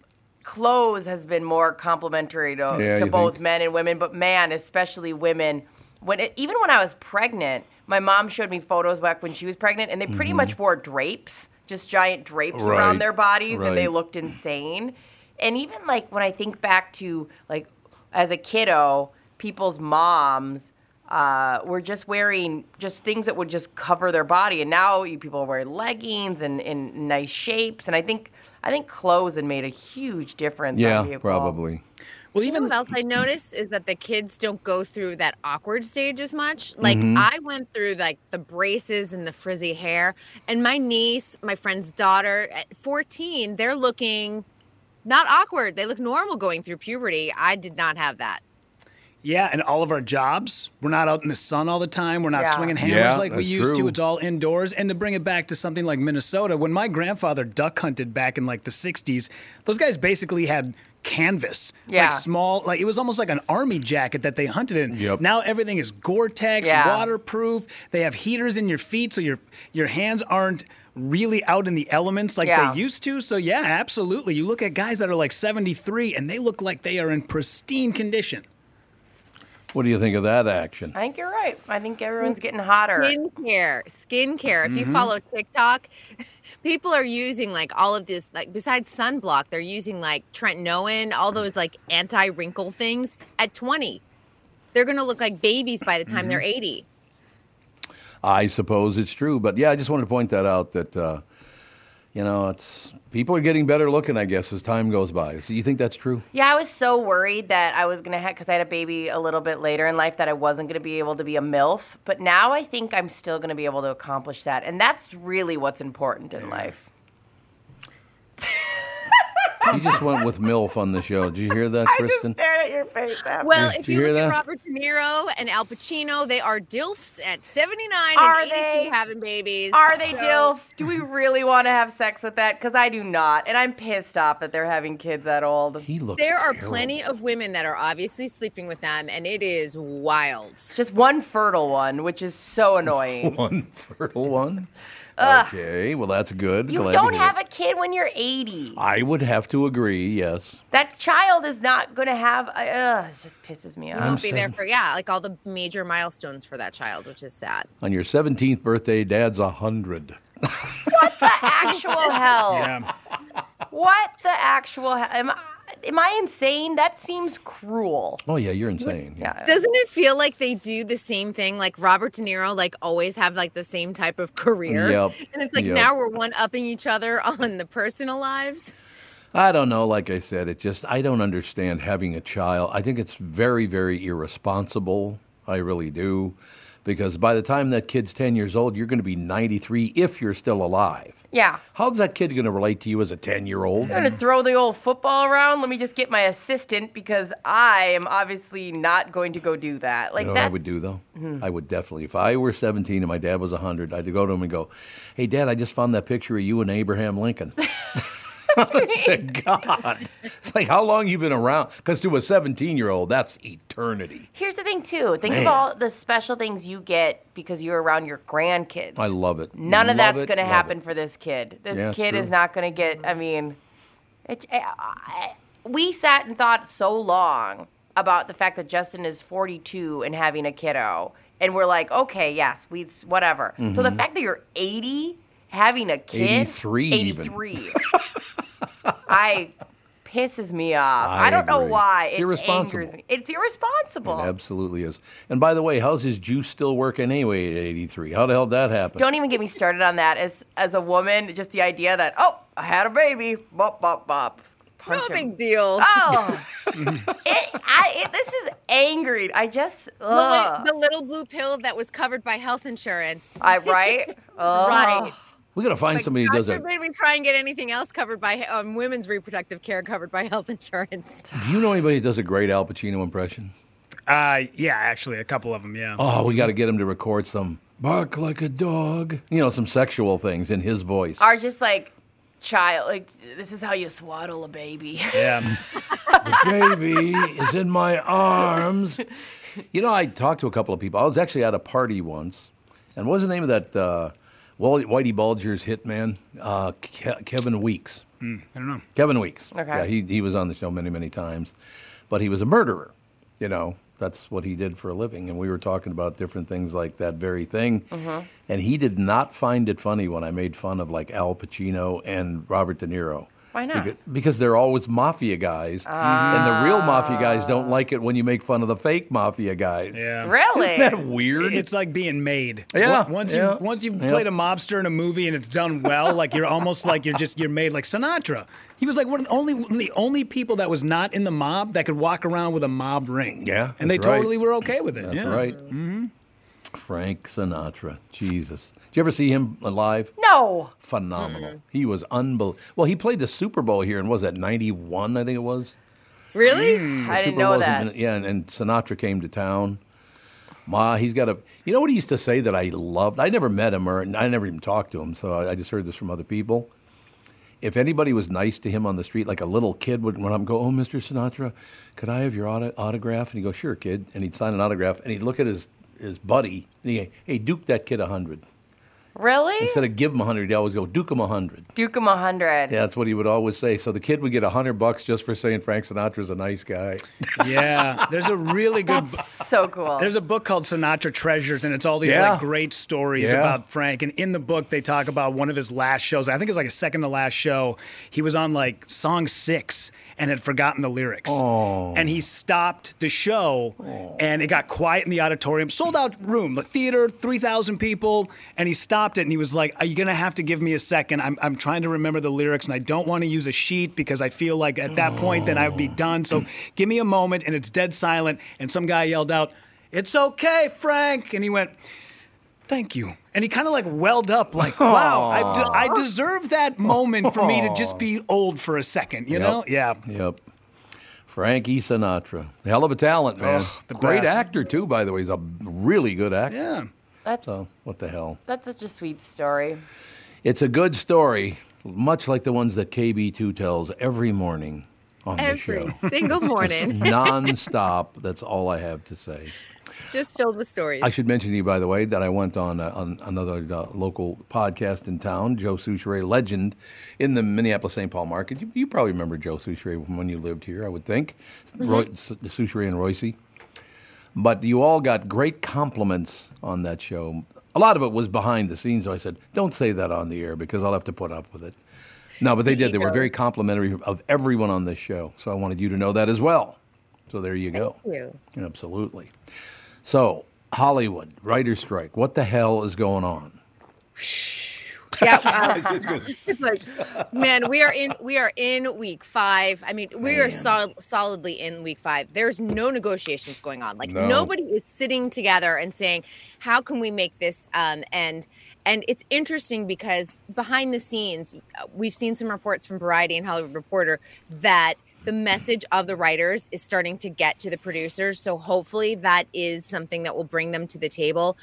clothes has been more complimentary to, Yeah, to you both think? men and women, but man, especially women. When it, even when I was pregnant, my mom showed me photos back when she was pregnant, and they pretty Mm-hmm. Mhm. much wore drapes, just giant drapes Right, around their bodies, and they right. looked insane. And even like when I think back to like as a kiddo, people's moms uh, were just wearing just things that would just cover their body, and now you people wear leggings and in nice shapes. And I think I think clothes had made a huge difference. on yeah, people. probably. Well, even what else I notice is that the kids don't go through that awkward stage as much. Like Mm-hmm. Mhm. I went through like the braces and the frizzy hair, and my niece, my friend's daughter at 14, they're looking not awkward. They look normal going through puberty. I did not have that. Yeah, and all of our jobs, we're not out in the sun all the time. We're not Yeah. swinging Yeah, hammers like we that's used true. to. It's all indoors. And to bring it back to something like Minnesota, when my grandfather duck hunted back in like the 60s, those guys basically had canvas. Yeah. Like small, like it was almost like an army jacket that they hunted in. Now everything is Gore-Tex, Yeah. waterproof. They have heaters in your feet so your your hands aren't really out in the elements like Yeah. they used to. So yeah, absolutely. You look at guys that are like 73 and they look like they are in pristine condition. What do you think of that action? I think you're right. I think everyone's getting hotter. Skincare, skincare. If Mhm. you follow TikTok, *laughs* people are using like all of this. Like besides sunblock, they're using like Trent Noen, all those like anti wrinkle things. At twenty, they're gonna look like babies by the time they're Mm-hmm. eighty. I suppose it's true. But yeah, I just wanted to point that out that, uh, you know, it's people are getting better looking, I guess, as time goes by. So you think *laughs* that's true? Yeah, I was so worried that I was gonna have because I had a baby a little bit later in life that I wasn't gonna be able to be a milf. But now I think I'm still gonna be able to accomplish that, and that's really what's important in life. You just went with MILF on the show. Did you hear that, Kristen? Stared at your face. After. Well, Did if you you, hear look that? at Robert De Niro and Al Pacino, they are dilfs at seventy nine. Are and 82 they? having babies? Are they So- dilfs? Do we really want to have sex with that? Because I do not, and I'm pissed off that they're having kids that old. He looks. There are plenty of women that are obviously sleeping with them, and it is wild. Just one fertile one, which is so *laughs* annoying. *laughs* One fertile one. Ugh. Okay, well, that's good. You Glad to don't hear have it. a kid when you're 80. I would have to agree, yes. That child is not going to have. Uh, ugh, it just pisses me You off. I'm won't be there saying- for yeah, like all the major milestones for that child, which is sad. On your 17th birthday, dad's a 100. *laughs* actual hell. What the actual hell? Am I, am I insane? That seems cruel. Oh, yeah, you're insane. Yeah. Doesn't it feel like they do the same thing? Like Robert De Niro, like always have like the same type of career, *laughs* Yep, and it's like yep. now we're one upping each other on the personal lives. I don't know. Like I said, it just, I don't understand having a child. I think it's very, very irresponsible. I really do. Because by the time that kid's 10 years old, you're going to be 93 if you're still alive. Yeah. How's that kid going to relate to you as a 10 year old? I'm going to throw the old football around. Let me just get my assistant because I am obviously not going to go do that. Like you know what I that. would do though? Hmm. I would definitely, if I were 17 and my *laughs* dad was 100, I'd go to him and go, "Hey, Dad, I just found that picture of you and Abraham Lincoln." Honest to God. It's like, how long you been around? Because to a 17 year old, that's eternity. Here's the thing, too. Think Man. of all the special things you get because you're around your grandkids. I love it. None Love of that's it, going to love happen it. for this kid. This Yeah, it's kid is true. not going to get. I mean, it, I, I- we sat and thought so long about the fact that Justin is 42 and having a kiddo, and we're like, okay, yes, we whatever. So the Mhm. fact that you're 80 having a kid, 83 even. 83, I pisses me off. I, I don't know agree. why. It's it angers irresponsible. me. It's irresponsible. It absolutely is. And by the way, how's his juice still working anyway at 83? How the hell did that happen? Don't even get me started on that. As as a woman, just the idea that oh, I had a baby, bop bop bop. Punch No him. big deal. Oh, *laughs* it, I, it, this is angry. I just The li- ugh. the little blue pill that was covered by health insurance. *laughs* *laughs* I right. Ugh. Right. we got to find Like, somebody who God does that. forbid we try and get anything else covered by he- um, women's reproductive care covered by health insurance. Do you know anybody who does a great Al Pacino impression? Uh, yeah, actually, a couple of them. Yeah. Oh, we got to get him to record some bark like a dog. You know, some sexual things in his *laughs* voice. Are just like child. Like this is how you swaddle a baby. *laughs* Yeah. the baby is in my arms. You know, I talked to a couple of people. I was actually at a party once, and what was the name of that uh, Wall- Whitey Bulger's hitman? Uh, Ke- Kevin Weeks. Mm, I don't know. Kevin Weeks. Okay. Yeah, he, he was on the show many, many times. But he was a murderer. You know, that's what he did for a living. And we were talking about different things like that very thing. Mhm. And he did not find it funny when I made fun of like Al Pacino and Robert De Niro. Why not? Ah. Because, because they're always mafia guys. And the real mafia guys don't like it when you make fun of the fake mafia guys. Yeah. Really? Isn't that weird? It's like being made. Yeah, Wa- Once yeah, you once you've yeah. played a mobster in a movie and it's done well, like you're almost like you're just you're made like Sinatra. He was like one of the only one of the only people that was not in the mob that could walk around with a mob ring. Yeah, And they that's right. totally were okay with it. That's yeah. right. Mm-hmm. Frank Sinatra. Jesus. Did you ever see him live? No. Phenomenal. He was unbelievable. Well, he played the Super Bowl here, and was that '91? I think it was. Really? Mm, The I Super didn't know Bowl's that. in- yeah, and, and Sinatra came to town. Ma, he's got a. You know what he used to say that I loved. I never met him, or I never even talked to him, so I, I just heard this from other people. If anybody was nice to him on the street, like a little kid would run up and go, "Oh, Mr. Sinatra, could I have your auto- autograph?" And he'd go, "Sure, kid," and he'd sign an autograph, and he'd look at his his buddy, and he, "Hey, Duke that kid a hundred Really? instead of give him a hundred. He'd always go, "Duke him a hundred. Duke him a hundred. Yeah, that's what he would always say. So the kid would get a hundred bucks just for saying Frank Sinatra's a nice guy. Yeah. There's a really good That's so cool. There's a book called Sinatra Treasures, and it's all these Yeah. like great stories Yeah. about Frank. And in the book, they talk about one of his last shows. I think it was like a second to last show. He was on like song six and had forgotten the lyrics. Oh. And he stopped the show, and it got quiet in the auditorium, sold out room, the theater, three thousand people. And he stopped it, and he was like, "Are you gonna have to give me a second? I'm I'm trying to remember the lyrics, and I don't want to use a sheet because I feel like at that point then I would be Oh. done. So give me a moment." And it's dead silent, and some guy yelled out. It's okay, Frank. And he went, Thank you. And he kind of like welled up, *laughs* like, wow, I, de- I deserve that moment for me to just be old for a second, you know? Yeah. Yep. Frankie Sinatra, hell of a talent, man. Ugh, the Great best. actor too, by the way. He's a really good actor. Yeah. That's So what the hell? that's such a sweet story. It's a good story, much like the ones that KB2 tells every morning on Every the show. *laughs* single morning. *laughs* Non-stop. That's all I have to say. Just filled with stories. I should mention to you, by the way, that I went on, uh, on another uh, local podcast in town, Joe Souchere, legend in the Minneapolis St. Paul market. You, you probably remember Joe Souchere from when you lived here, I would think. Mm-hmm. Roy, S- Souchere and Royce. But you all got great compliments on that show. A lot of it was behind the scenes, so I said, don't say that on the air because I'll have to put up with it. No, but they did. They were very complimentary of everyone on this show. So I wanted you to know that as well. So there you go. Thank you. Absolutely. So, Hollywood, writer's strike. What the hell is going on? Yeah, wow. Just like, man, we are in we are in week five. I mean, we are sol- solidly in week five. There's no negotiations going on. Like No. nobody is sitting together and saying, "How can we make this um, end?" And it's interesting because behind the scenes, uh, we've seen some reports from Variety and Hollywood Reporter that the message of the writers is starting to get to the producers. So hopefully, that is something that will bring them to the table.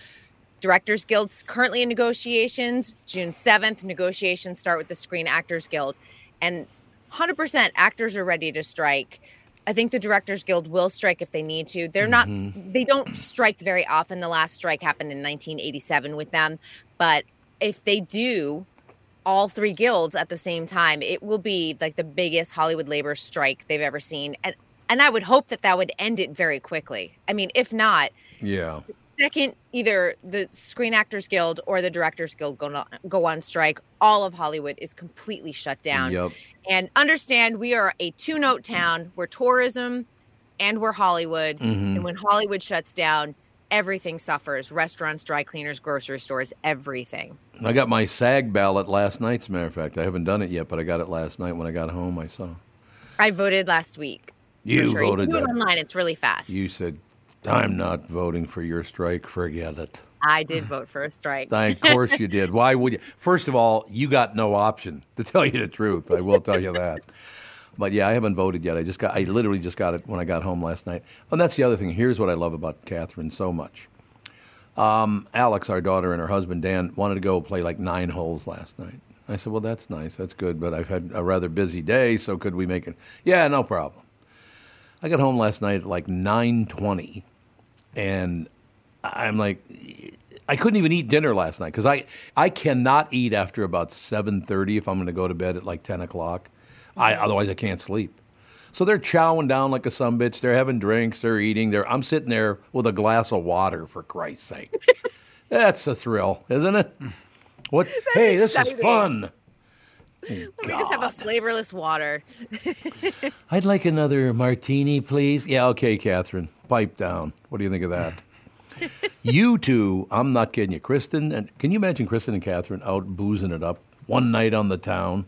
Directors Guild's currently in negotiations. June 7th, negotiations start with the Screen Actors Guild. And 100% actors are ready to strike. I think the Directors Guild will strike if they need to. They're Mhm. not they don't strike very often. The last strike happened in 1987 with them, but if they do all three guilds at the same time, it will be like the biggest Hollywood labor strike they've ever seen. And and I would hope that that would end it very quickly. I mean, if not, Yeah. second either the Screen Actors Guild or the Directors Guild go on, go on strike, all of Hollywood is completely shut down. Yep. And understand we are a two note town. We're tourism and we're Hollywood. Mhm. And when Hollywood shuts down, everything suffers restaurants, dry cleaners, grocery stores, everything. I got my SAG ballot last night, as a matter of fact. I haven't done it yet, but I got it last night when I got home. I saw. I voted last week. for You sure. voted You can do it that. online. It's really fast. You said, I'm not voting for your strike. Forget it. I *sighs* did vote for a strike. I, of course you did. Why would you? First of all, you got no option. *laughs* To tell you the truth, I will tell you that. But yeah, I haven't voted yet. I just got. I literally just got it when I got home last night. And that's the other thing. Here's what I love about Catherine so much. Um, Alex, our daughter, and her husband Dan wanted to go play like nine holes last night. I said, "Well, that's nice. That's good. But I've had a rather busy day, so could we make it? Yeah, no problem." I got home last night at like nine twenty, and I'm like, I couldn't even eat dinner last night because I I cannot eat after about seven thirty if I'm going to go to bed at like ten o'clock. I Mm-hmm. otherwise I can't sleep. So they're chowing down like a bitch. They're having drinks. They're eating. They're I'm sitting there with a glass of water for *laughs* Christ's sake. That's a thrill, isn't it? What? hey, this is Mm. exciting. fun. Let me just have a flavorless water. I'd like another martini, please. Yeah, okay, Catherine. Pipe down. What do you think of that? you two, I'm not kidding you. Kristen and can you imagine Kristen and Catherine out boozing it up one night on the town?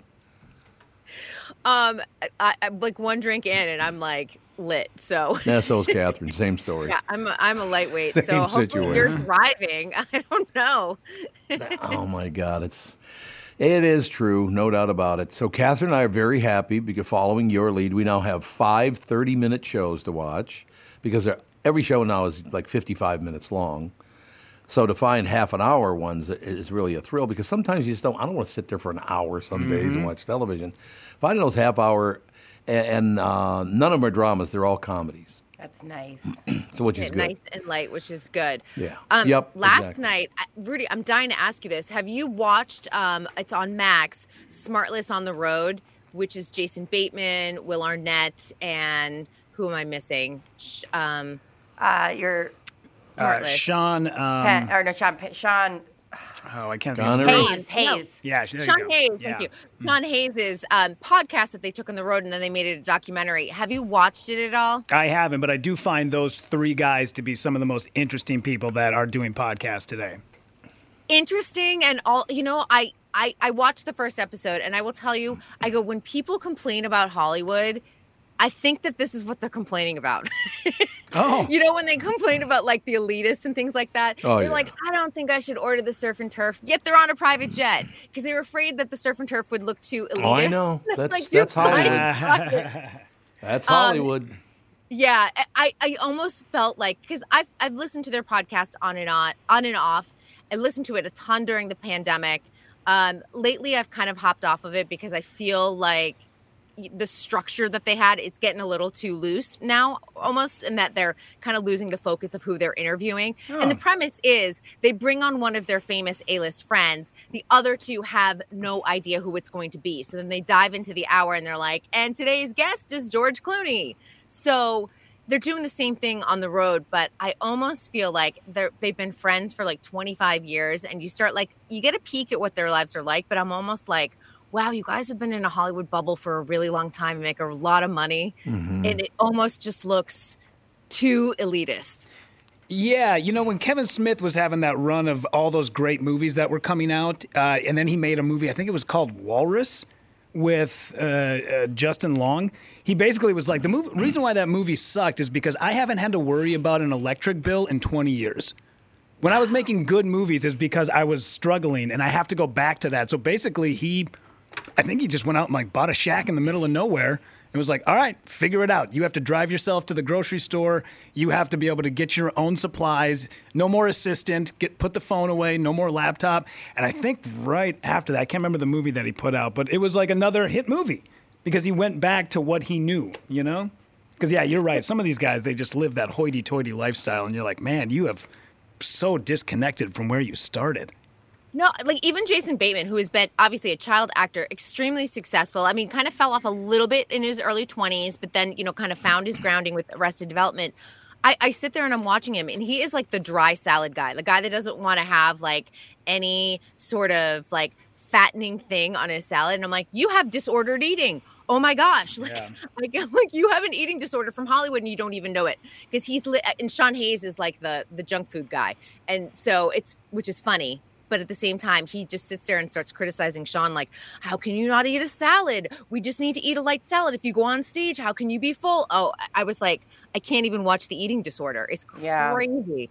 Um, I, I, like one drink in, and I'm like lit. So Yeah, so's Catherine. Same story. Yeah, I'm a, I'm a lightweight, Same so hopefully you're situation. driving. *laughs* I don't know. Oh my God, it's it is true, no doubt about it. So Catherine and I are very happy because following your lead, we now have five 30 minute shows to watch because they're- every show now is like 55 minutes long. So to find half an hour ones i- is really a thrill because sometimes you just don't. I don't want to sit there for an hour some days and Mhm. watch television. Finding those half hour, a- and uh, none of them are dramas; they're all comedies. That's nice. So which is good. nice and light, which is good. Yeah. Um, Yep, Last exactly. night, I- Rudy, I'm dying to ask you this. Have you watched? Um, it's on Max. Smartless on the Road, which is Jason Bateman, Will Arnett, and who am I missing? Sh- Um, uh, you're Uh, Sean. Pat, Um, or no, Sean. Pe- Sean. oh, I can't Connery? think of his name. Hayes. Hayes. Yeah, there you Sean go. Hayes, Yeah. Mm. thank you. Sean Hayes's um, podcast that they took on the road and then they made it a documentary. Have you watched it at all? I haven't, but I do find those three guys to be some of the most interesting people that are doing podcasts today. Interesting and all. You know, I I I watched the first episode and I will tell you, I go when people complain about Hollywood. I think that this is what they're complaining about. *laughs* Oh. You know, when they complain about like the elitists and things like that, Oh, they're yeah. like, I don't think I should order the surf and turf. Yet they're on a private jet because they were afraid that the surf and turf would look too elitist. Oh, *laughs* I know. It's That's- you're that's Hollywood. fine. Fuck it. That's Um, Hollywood. Yeah, I- I, I almost felt like because I've I've listened to their podcast on and on on and off. I listened to it a ton during the pandemic. Um, lately, I've kind of hopped off of it because I feel like y- the structure that they had it's getting a little too loose now almost and that they're kind of losing the focus of who they're interviewing and the Oh. premise is they bring on one of their famous a-list friends the other two have no idea who it's going to be so then they dive into the hour and they're like and today's guest is george clooney so they're doing the same thing on the road but i almost feel like they're they've been friends for like 25 years and you start like you get a peek at what their lives are like but i'm almost like wow you guys have been in a hollywood bubble for a really long time and make a lot of money and it almost just looks too elitist Yeah, you know, when Kevin Smith was having that run of all those great movies that were coming out, uh, and then he made a movie, I think it was called Walrus with uh, uh, Justin Long. He basically was like, the mov- reason why that movie sucked is because I haven't had to worry about an electric bill in 20 years. When I was making good movies, it's because I was struggling and I have to go back to that. So basically, he, I think he just went out and like bought a shack in the middle of nowhere and was like, all right, figure it out. You have to drive yourself to the grocery store. You have to be able to get your own supplies. No more assistant. Get put the phone away. No more laptop. And I think right after that, I can't remember the movie that he put out, but it was like another hit movie. because he went back to what he knew, you know? Because, yeah, you're right. Some of these guys, they just live that hoity toity lifestyle, and you're like, man, you have so disconnected from where you started. No, like even Jason Bateman, who has been obviously a child actor, extremely successful. I mean, kind of fell off a little bit in his early 20s, but then, you know, kind of found his grounding with Arrested Development. I, I sit there and I'm watching him, and he is like the dry salad guy, the guy that doesn't want to have like any sort of like fattening thing on his salad. And I'm like, you have disordered eating. Oh my gosh. *laughs* Like, Yeah. like, I'm like you have an eating disorder from Hollywood and you don't even know it because he's li- and Sean Hayes is like the the junk food guy, and so it's which is funny. But at the same time, he just sits there and starts criticizing Sean, like, "How can you not eat a salad? We just need to eat a light salad. If you go on stage, how can you be full?" Oh, I- I was like, I can't even watch the eating disorder. It's crazy.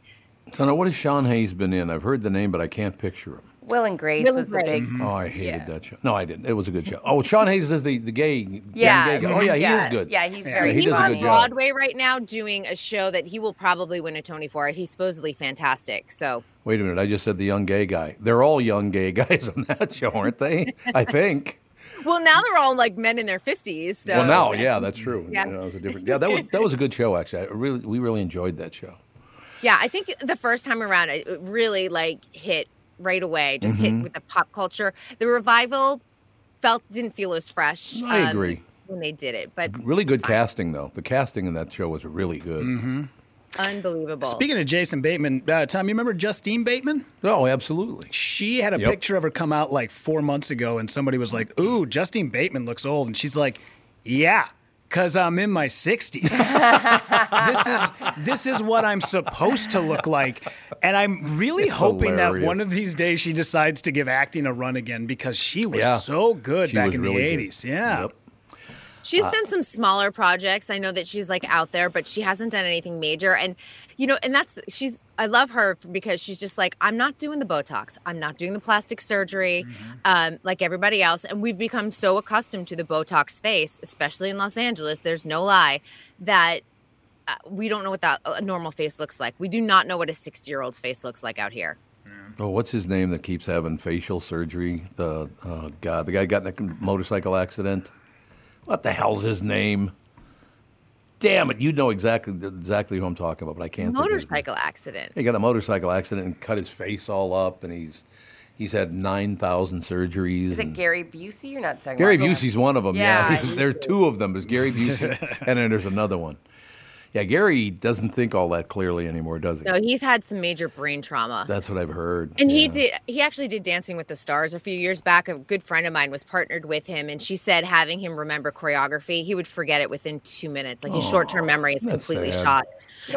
So now, what has Sean Hayes been in? I've heard the name, but I can't picture him. Will and Grace Will was and the big. Grace. Oh, I hated that show. No, I didn't. It was a good show. Oh, Sean Hayes is the the gay. damn Yeah. gay guy. Oh yeah, he Yeah. is good. Yeah, he's very He He's does a on good job. Broadway right now doing a show that he will probably win a Tony for. He's supposedly fantastic. So Wait a minute, I just said the young gay guy. They're all young gay *laughs* guys on that show, aren't they? I think. *laughs* Well, now they're all like men in their fifties. So well, now, yeah, that's true. Yeah. Yeah, that was a different. Yeah, that was that was a good show actually. I really, we really enjoyed that show. yeah, I think the first time around, it it really like hit right away. Just hit Mhm. with the pop culture. The revival felt didn't feel as fresh. I um, agree. when they did it, but Really good casting though. The casting in that show was really good. Mm-hmm. unbelievable. Speaking of Jason Bateman, uh, Tom, you remember Justine Bateman? Oh, absolutely. She had a Yep. picture of her come out like four months ago, and somebody was like, Ooh, Justine Bateman looks old. And she's like, Yeah, because I'm in my 60s. *laughs* this, is, this is what I'm supposed to look like. And I'm really It's hoping that hilarious. one of these days she decides to give acting a run again because she was Yeah. so good She back was in really the good. 80s. Yeah. She's Uh, done some smaller projects. I know that she's like out there, but she hasn't done anything major. And you know, and that's she's I love her f- because she's just like I'm not doing the Botox. I'm not doing the plastic surgery, um, like everybody else. And we've become so accustomed to the Botox space, especially in Los Angeles. There's no lie that uh, we don't know what that a normal face looks like. We do not know what a 60 year old's face looks like out here. Oh, what's his name that keeps having facial surgery? The oh God, the guy got in a motorcycle accident. What the hell's his name? Damn it, you know exactly exactly who I'm talking about, but I can't. think of his name. Motorcycle accident. He got a motorcycle accident and cut his face all up, and he's he's had nine thousand surgeries. Is it and- Gary Busey? You're not talking Gary about Busey's one of them. *laughs* Yeah, Yeah, there are two of them. There's Gary Busey, and then there's another one. Yeah, Gary doesn't think all that clearly anymore, does he? No, he's had some major brain trauma. That's what I've heard. And he yeah. did. He actually did Dancing with the Stars a few years back. A good friend of mine was partnered with him, and she said having him remember choreography, he would forget it within two minutes. Like his short-term Aw, memory is that's completely sad. shot.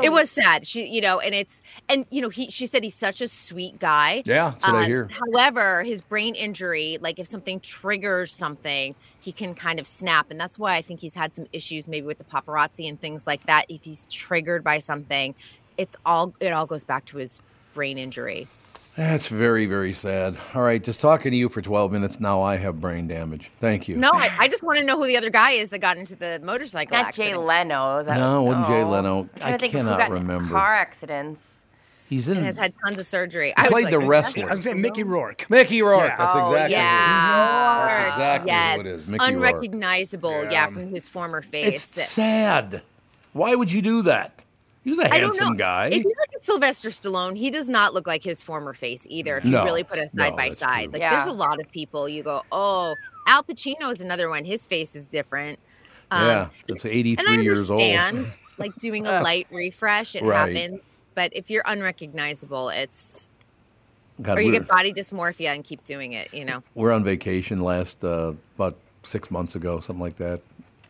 It was sad. She, you know, and it's and you know he. She said he's such a sweet guy. Um, Yeah, that's what I hear. However, his brain injury, like if something triggers something, he can kind of snap, and that's why I think he's had some issues maybe with the paparazzi and things like that. If he's triggered by something, it's all it all goes back to his brain injury. That's very, very sad. All right, just talking to you for 12 minutes now, I have brain damage. Thank you. No, I, I just want to know who the other guy is that got into the motorcycle Not Jay accident. Leno. Is that No, it wasn't Jay Leno. I'm trying to I think of who cannot got in remember. Car accidents. He's and in. has had tons of surgery. He I played was the like, wrestler. I was saying Mickey Rourke. Mickey Rourke. Yeah. That's Oh, exactly. Yeah, That's exactly yes. who it is. Mickey Rourke. unrecognizable. Yeah. from his former It's face. That- sad. Why would you do that? He was a I don't know. handsome guy. If you look at Sylvester Stallone, he does not look like his former face either. If you No. really put us No, side by that's side, true. like Yeah. there's a lot of people you go, oh, Al Pacino is another one. His face is different. yeah, it's um, and I 83 years old. understand, *laughs* like doing a light refresh, it Right. happens. But if you're unrecognizable, it's God, or you we get body dysmorphia and keep doing it. You know, we're on vacation last uh, about six months ago, something like that,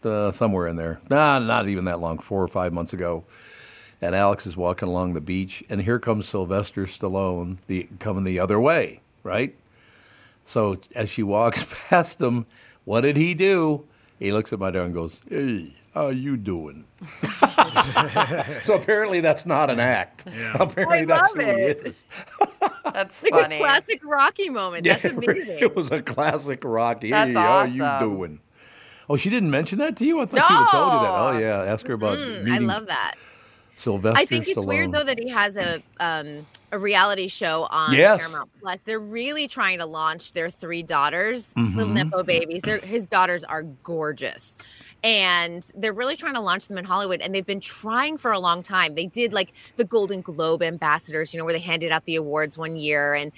uh, somewhere in there. Nah, not even that long, four or five months ago. And Alex is walking along the beach, and here comes Sylvester Stallone, the coming the other way, right? So as she walks *laughs* past him, what did he do? He looks at my dog and goes, "Hey, how you doing?" *laughs* so apparently that's not an act. Apparently I that's love who he it. is. That's like funny. a classic Rocky moment. That's *laughs* it re- amazing. It was a classic Rocky. That's hey, how you awesome. doing? Oh, she didn't mention that to you. I thought she would told you that. Oh No. yeah, ask her about. Mm, I meeting love that. Sylvester I think it's weird Stallone. though that he has a um, a reality show on Yes. Paramount Plus. They're really trying to launch their three daughters, little Mhm. nepo babies. Their his daughters are gorgeous. And they're really trying to launch them in Hollywood and they've been trying for a long time. They did like the Golden Globe ambassadors, you know, where they handed out the awards one year and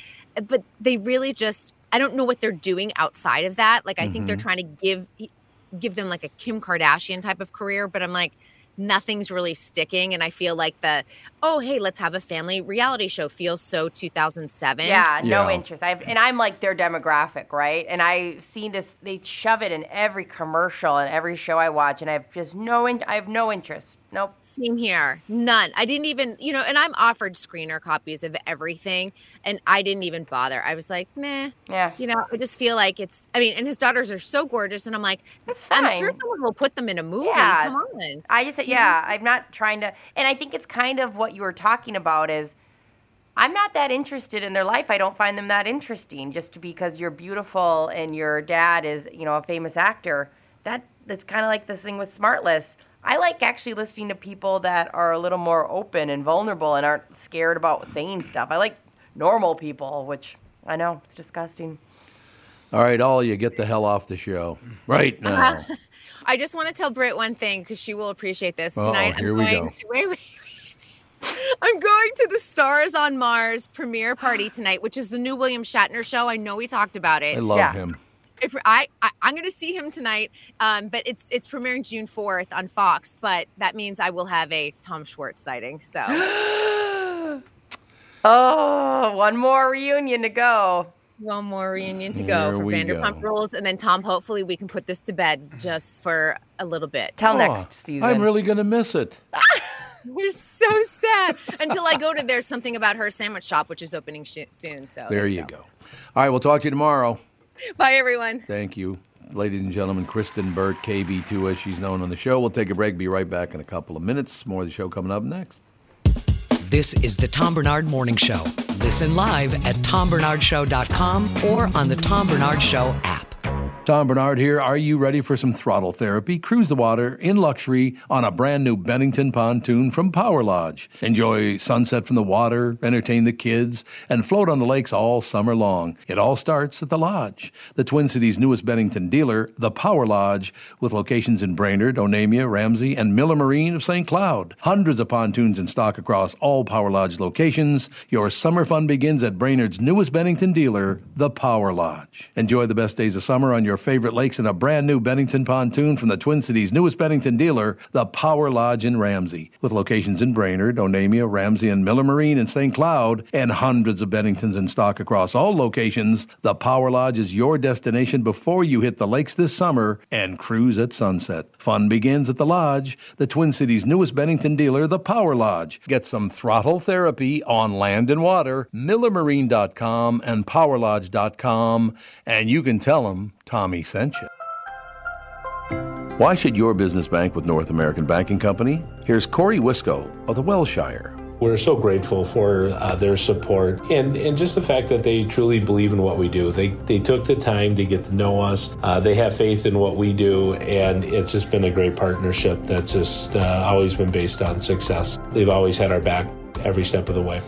but they really just I don't know what they're doing outside of that. Like I think they're Mhm. trying to give give them like a Kim Kardashian type of career, but I'm like nothing's really sticking and I feel like the oh hey, let's have a family reality show feels so 2007. Yeah, no interest. I have, and I'm like their demographic, right? And I seen this. They shove it in every commercial and every show I watch, and I have just no. In, I have no interest. Nope. Same here. None. I didn't even, you know, and I'm offered screener copies of everything, and I didn't even bother. I was like, meh. Yeah. You know, I just feel like it's. I mean, and his daughters are so gorgeous, and I'm like, that's fine. I'm sure fine. someone will put them in a movie. Yeah. Come on. I just said, Do you- yeah, I'm not trying to. And I think it's kind of what you were talking about is I'm not that interested in their life. I don't find them that interesting just because you're beautiful and your dad is, you know, a famous actor. That That's kind of like this thing with Smartless. I like actually listening to people that are a little more open and vulnerable and aren't scared about saying stuff. I like normal people, which I know it's disgusting. All right, all you get the hell off the show right Uh-huh. now. I just want to tell Britt one thing because she will appreciate this Uh-oh, tonight. Oh, here I'm we going go. to *laughs* wait, wait, wait. I'm going to the Stars on Mars premiere *gasps* party tonight, which is the new William Shatner show. I know we talked about it. I love Yeah. him. If I, I I'm going to see him tonight, um, but it's it's premiering June 4th on Fox. But that means I will have a Tom Schwartz sighting. So *gasps* Oh, one more reunion to go. one more reunion to go Here for we Vanderpump Rules, and then Tom. Hopefully, we can put this to bed just for a little bit. Till Oh, next season. I'm really going to miss it. Ah, You're so sad. Until I go to there's something about her sandwich shop, which is opening sh- soon. So There you go. All right, we'll talk to you tomorrow. Bye, everyone. Thank you. Ladies and gentlemen, Kristen Burt, KB2, as she's known on the show. We'll take a break. Be right back in a couple of minutes. More of the show coming up next. This is the Tom Bernard Morning Show. Listen live at tombernardshow.com or on the Tom Bernard Show app. Tom Bernard here. Are you ready for some throttle therapy? Cruise the water in luxury on a brand new Bennington pontoon from Power Lodge. Enjoy sunset from the water, entertain the kids, and float on the lakes all summer long. It all starts at the lodge. The Twin Cities' newest Bennington dealer, the Power Lodge, with locations in Brainerd, Onamia, Ramsey, and Miller Marine of St. Cloud. Hundreds of pontoons in stock across all Power Lodge locations. Your summer fun begins at Brainerd's newest Bennington dealer, the Power Lodge. Enjoy the best days of summer on your favorite lakes in a brand new Bennington pontoon from the Twin Cities' newest Bennington dealer, the Power Lodge in Ramsey, with locations in Brainerd, Onamia, Ramsey, and Miller Marine in St. Cloud, and hundreds of Benningtons in stock across all locations. The Power Lodge is your destination before you hit the lakes this summer and cruise at sunset. Fun begins at the Lodge, the Twin Cities' newest Bennington dealer, the Power Lodge. Get some throttle therapy on land and water, millermarine.com and powerlodge.com, and you can tell them Tommy sent you. Why should your business bank with North American Banking Company? Here's Corey Wisco of the Wellshire. We're so grateful for uh, their support and, and just the fact that they truly believe in what we do. They, they took the time to get to know us. Uh, they have faith in what we do, and it's just been a great partnership that's just uh, always been based on success. They've always had our back every step of the way.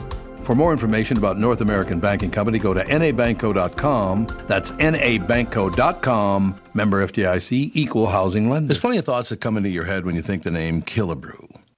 For more information about North American Banking Company, go to nabanco.com. That's nabanco.com. Member FDIC, equal housing lender. There's plenty of thoughts that come into your head when you think the name Killebrew.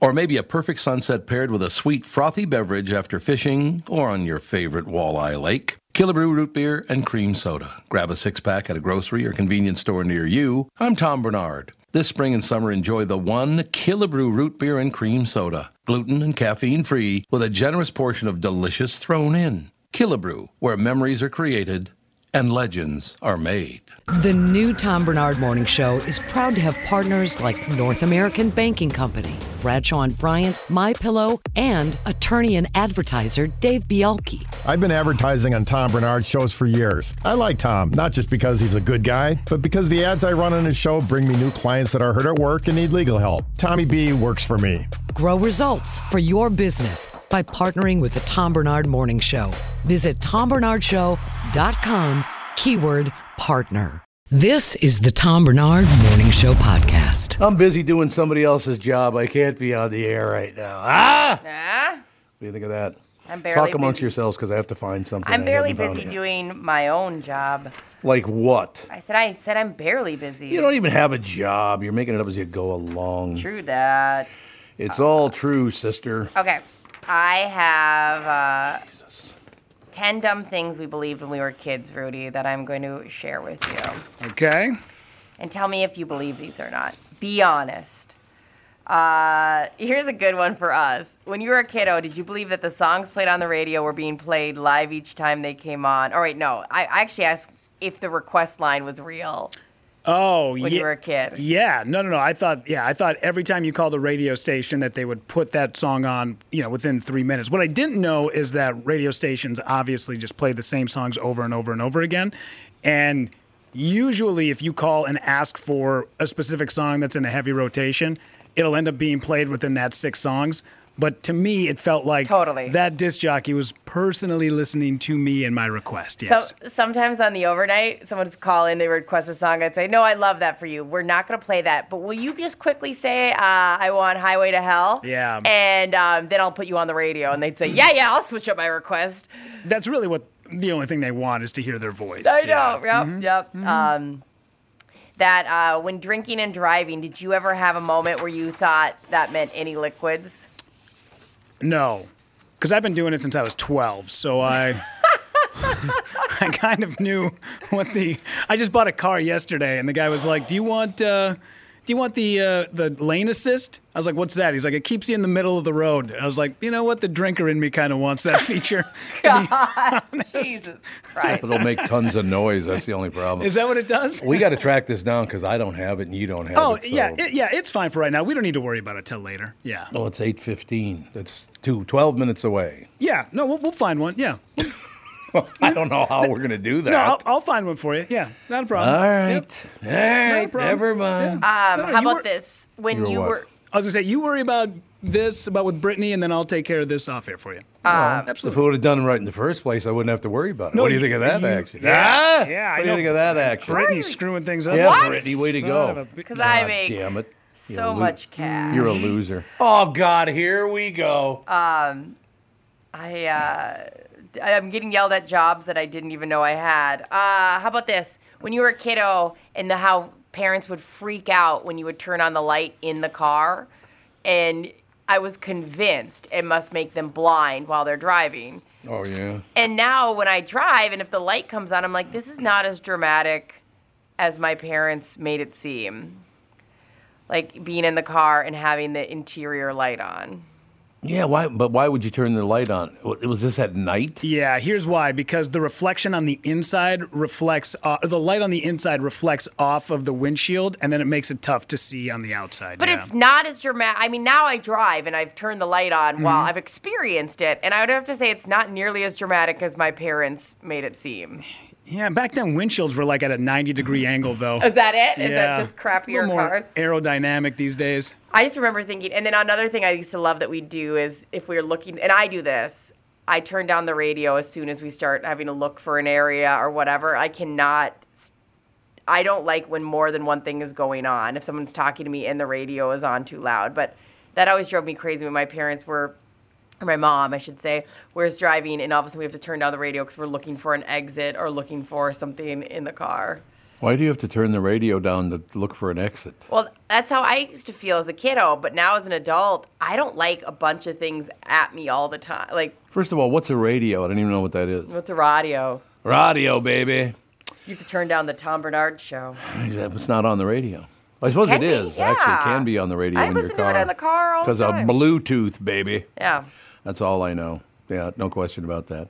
Or maybe a perfect sunset paired with a sweet, frothy beverage after fishing or on your favorite walleye lake. Killebrew root beer and cream soda. Grab a six pack at a grocery or convenience store near you. I'm Tom Bernard. This spring and summer, enjoy the one Killebrew root beer and cream soda, gluten and caffeine free, with a generous portion of delicious thrown in. Killebrew, where memories are created and legends are made. The new Tom Bernard Morning Show is proud to have partners like North American Banking Company, Bradshaw and Bryant, My Pillow, and attorney and advertiser Dave Bialki. I've been advertising on Tom Bernard's shows for years. I like Tom, not just because he's a good guy, but because the ads I run on his show bring me new clients that are hurt at work and need legal help. Tommy B works for me. Grow results for your business by partnering with the Tom Bernard Morning Show. Visit tombernardshow.com, keyword partner. This is the Tom Bernard Morning Show podcast. I'm busy doing somebody else's job. I can't be on the air right now. Ah! Ah, What do you think of that? I'm barely Talk amongst busy. yourselves because I have to find something. I'm I barely haven't found busy yet. doing my own job. Like what? I said I said I'm barely busy. You don't even have a job. You're making it up as you go along. True that. It's all true, sister. Okay. I have uh, 10 dumb things we believed when we were kids, Rudy, that I'm going to share with you. Okay. And tell me if you believe these or not. Be honest. Uh, here's a good one for us. When you were a kiddo, did you believe that the songs played on the radio were being played live each time they came on? All right, no. I I actually asked if the request line was real. Oh, yeah. When you were a kid. Yeah, no, no, no. I thought, yeah, I thought every time you called the radio station that they would put that song on, you know, within three minutes. What I didn't know is that radio stations obviously just play the same songs over and over and over again, and usually if you call and ask for a specific song that's in a heavy rotation, it'll end up being played within that six songs. But to me, it felt like totally that disc jockey was personally listening to me and my request. Yes. So sometimes on the overnight, someone would call in, they would request a song. I'd say, No, I love that for you. We're not going to play that. But will you just quickly say, uh, I want Highway to Hell? Yeah. And um, then I'll put you on the radio. And they'd say, Yeah, yeah, I'll switch up my request. That's really what the only thing they want is to hear their voice. I Yeah. know. Yep. Yep. Um, that uh, when drinking and driving, did you ever have a moment where you thought that meant any liquids? *laughs* No, because I've been doing it since I was 12. *laughs* So I. I kind of knew what the. I just bought a car yesterday, and the guy was like, "Do you want, uh, do you want the uh, the lane assist?" I was like, "What's that?" He's like, "It keeps you in the middle of the road." I was like, "You know what? The drinker in me kind of *laughs* wants that feature." God, Jesus Christ. They'll make tons of noise. That's the only problem. Is that what it does? we got to track this down because I don't have it and you don't have Oh it. so- yeah, it, yeah. It's fine for right now. We don't need to worry about it till later. Yeah. No, it's 8.15. That's two, 12 minutes away. Yeah. No, we'll, we'll find one. Yeah. I don't know how we're going to do that. No, I'll, I'll find one for you. Yeah. Not a problem. All Yep. right. Not All a right. problem. Never mind. Um, No, how you about were- this? When You were you what? were I was gonna say, you worry about this, about with Brittany, and then I'll take care of this off air for you. Well, If I would have done it right in the first place, I wouldn't have to worry about it. No, what do you think of that you- action? yeah. Ah! Yeah, I What do you know. think of that action? Brittany's screwing things up. Yeah, What? Brittany, way to Son of go. a bi- Because I God make damn it. You so lo- much cash. You're a loser. Uh, Oh God, here we go. Um, I uh, d- I'm getting yelled at jobs that I didn't even know I had. Uh, how about this? When you were a kiddo, and the how parents would freak out when you would turn on the light in the car, and I was convinced it must make them blind while they're driving. Oh yeah. And now when I drive, and if the light comes on, I'm like, this is not as dramatic as my parents made it seem. Like being in the car and having the interior light on. Yeah, why but why would you turn the light on? What- Was this at night? Yeah, here's why. Because the reflection on the inside reflects, uh, the light on the inside reflects off of the windshield, and then it makes it tough to see on the outside. But yeah. it's not as dramatic. I mean, now I drive and I've turned the light on while Mhm. I've experienced it, and I would have to say it's not nearly as dramatic as my parents made it seem. Yeah, back then windshields were like at a 90 degree angle, though. Is that it? Is that Yeah. just A little crappier more cars? aerodynamic these days. I just remember thinking, and then another thing I used to love that we do is if we are looking, and I do this, I turn down the radio as soon as we start having to look for an area or whatever. I cannot. I don't like when more than one thing is going on. If someone's talking to me and the radio is on too loud, but that always drove me crazy when my parents were, or my mom, I should say, was driving, and all of a sudden we have to turn down the radio because we're looking for an exit or looking for something in the car. Why do you have to turn the radio down to look for an exit? Well, that's how I used to feel as a kiddo, but now as an adult, I don't like a bunch of things at me all the time. Like, First of all, what's a radio? I don't even know what that is. what's a radio? Radio, baby. You have to turn down the Tom Bernard show. It's not on the radio. I suppose Can it be, is. Actually, it yeah. can be on the radio I in your listen to car. it in the car all the Because of time. Bluetooth, baby. Yeah. That's all I know. Yeah, no question about that.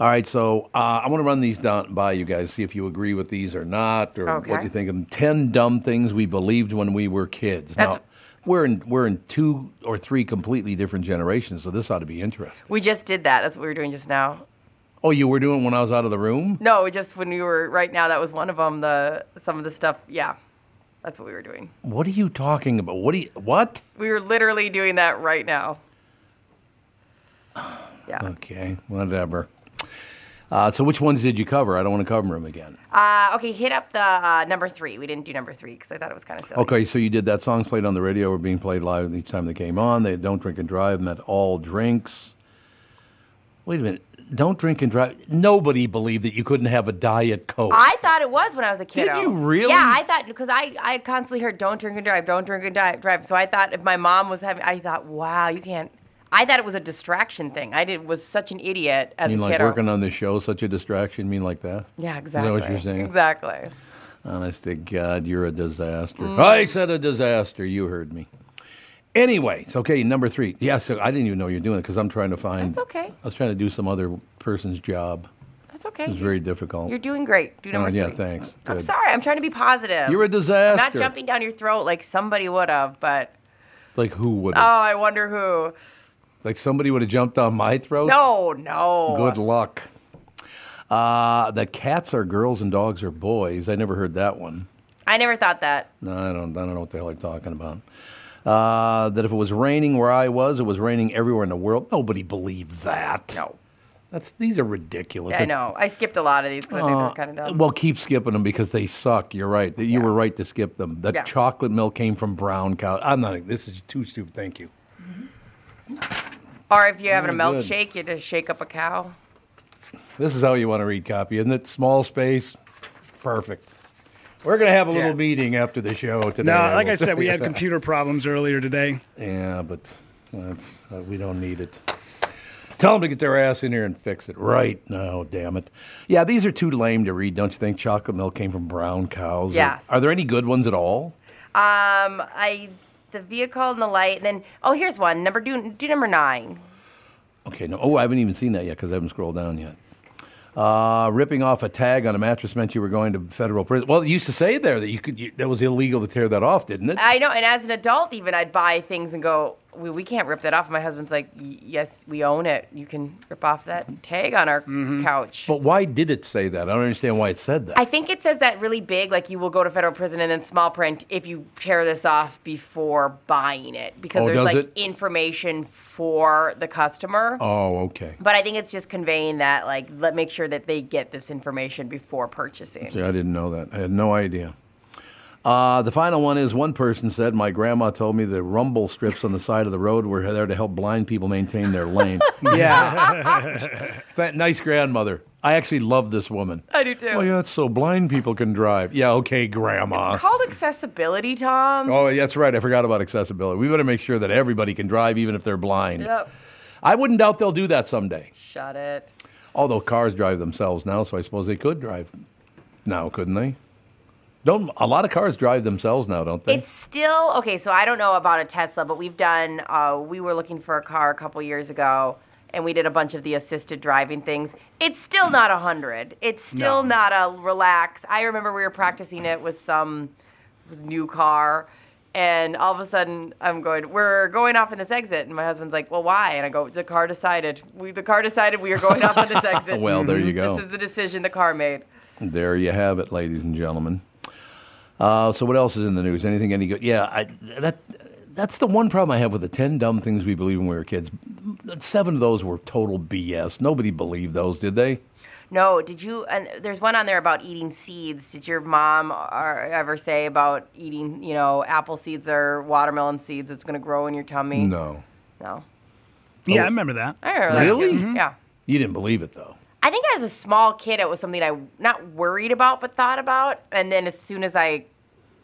All right, so uh, I want to run these down by you guys, see if you agree with these or not, or Okay. what you think of them. Ten dumb things we believed when we were kids. That's- now, we're in we're in two or three completely different generations, so this ought to be interesting. We just did that. That's what we were doing just now. Oh, you were doing when I was out of the room. No, just when we were right now. That was one of them. The some of the stuff. Yeah, that's what we were doing. What are you talking about? What do you what? We were literally doing that right now. Yeah. Okay, whatever. Uh, so which ones did you cover? I don't want to cover them again. Uh, okay, hit up the uh, number three. We didn't do number three because I thought it was kind of silly. Okay, so you did that. Songs played on the radio were being played live each time they came on. They don't drink and drive meant all drinks. Wait a minute. Don't drink and drive. Nobody believed that you couldn't have a diet coke. I thought it was when I was a kid. you really? Yeah, I thought because I, I constantly heard "Don't drink and drive, don't drink and di- drive." So I thought if my mom was having, I thought, wow, you can't. I thought it was a distraction thing. I did was such an idiot as mean a like kiddo. working on the show, such a distraction. Mean like that? yeah, Is exactly. that what you're saying? Exactly. Honest to God, you're a disaster. Mm. I said a disaster. You heard me. Anyway, it's okay. Number three. Yeah, so I didn't even know you're doing it because I'm trying to find. That's okay. I was trying to do some other person's job. That's okay. It was very difficult. You're doing great. Do Oh, number yeah, three. thanks. I'm Good. sorry. I'm trying to be positive. You're a I'm not disaster. jumping down your throat like somebody would have, but Like who oh, would? have? I wonder who. Like somebody would have jumped on my throat. No, no. Good luck. Uh, that cats are girls and dogs are boys. I never heard that one. I never thought that. No, I don't. I don't know what the hell they're talking about. Uh, that if it was raining where I was, it was raining everywhere in the world. Nobody believed that. No. That's these are ridiculous. Uh, I know. I skipped a lot of these because I think they're kind of dumb. Well, keep skipping them because they suck. You're right. You were right to skip them. The Yeah. chocolate milk came from brown cow. I'm not. This is too stupid. Thank you. or if you're having a Oh, good. milkshake, you just shake up a cow. This is how you want to read copy, isn't it? Small space, perfect. We're gonna have a little Yeah. meeting after the show today. No, I like will I said, tell we you *laughs* had that. computer problems earlier today. Yeah, but that's, uh, we don't need it. Tell them to get their ass in here and fix it right now, damn it. Yeah, these are too lame to read, don't you think? Chocolate milk came from brown cows. or- Yes. Are there any good ones at all? Um, I the vehicle and the light. And then oh, here's one number. Do do number nine. Okay, no. Oh, I haven't even seen that yet because I haven't scrolled down yet. Uh, ripping off a tag on a mattress meant you were going to federal prison. Well, it used to say there that you could you, that was illegal to tear that off, didn't it? I know. And as an adult, even I'd buy things and go, we, we can't rip that off. My husband's like, "Y- yes, we own it. You can rip off that tag on our couch. Mm-hmm. But why did it say that? I don't understand why it said that. I think it says that really big, like you will go to federal prison, and then small print if you tear this off before buying it, because Oh, there's does like it? information for the customer. oh, okay. But I think it's just conveying that, like, let make sure that they get this information before purchasing. See, I didn't know that. I had no idea. Uh, the final one is one person said, My grandma told me the rumble strips on the side of the road were there to help blind people maintain *laughs* their lane. *laughs* Yeah. Fa- nice grandmother. I actually love this woman. I do too. Oh, yeah, it's so blind people can drive. Yeah, okay, grandma. It's called accessibility, Tom. oh, yeah, that's right. I forgot about accessibility. We better make sure that everybody can drive, even if they're blind. Yep. I wouldn't doubt they'll do that someday. Shut it. Although cars drive themselves now, so I suppose they could drive now, couldn't they? Don't a lot of cars drive themselves now, don't they? It's still okay. So I don't know about a Tesla, but we've done. Uh, we were looking for a car a couple years ago, and we did a bunch of the assisted driving things. It's still not a hundred. It's still not a relax. I remember we were practicing it with some it was a new car. And all of a sudden, I'm going. We're going off in this exit, and my husband's like, "Well, why?" And I go, "The car decided. We the car decided we are going off in this exit." Well, there you go. Mm-hmm. This is the decision the car made. There you have it, ladies and gentlemen. Uh, so what else is in the news? Anything any good? Yeah, I, that that's the one problem I have with the ten dumb things we believed when we were kids. Seven of those were total BS. Nobody believed those, did they? No, did you? And there's one on there about eating seeds. Did your mom or, ever say about eating, you know, apple seeds or watermelon seeds? It's going to grow in your tummy. No. No. Yeah, I remember that. I remember that too. Really? Mm-hmm. Yeah. You didn't believe it though. I think as a small kid, it was something I not worried about, but thought about. And then as soon as I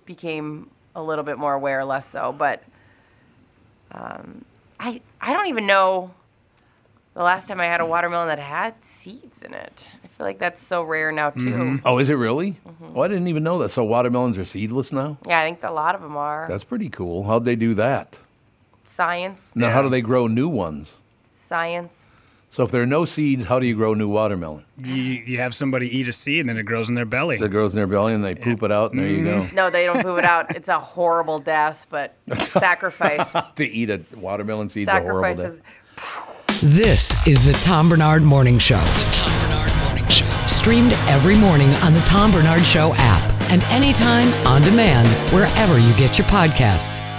became a little bit more aware, less so. But um, I I don't even know the last time I had a watermelon that had seeds in it. I feel like that's so rare now too. Oh, is it really? Oh, I didn't even know that. So watermelons are seedless now. Mm-hmm. Yeah, I think a lot of them are. That's pretty cool. How'd they do that? Science. Now, how do they grow new ones? Science. So if there are no seeds, how do you grow new watermelon? You, you have somebody eat a seed and then it grows in their belly. It grows in their belly and they poop it out, and there you go. No, they don't poop it out. It's a horrible death, *laughs* but sacrifice. to eat a watermelon seed is a horrible Sacrifices. thing. This is the Tom Bernard Morning Show. The Tom Bernard Morning Show. Streamed every morning on the Tom Bernard Show app and anytime on demand wherever you get your podcasts.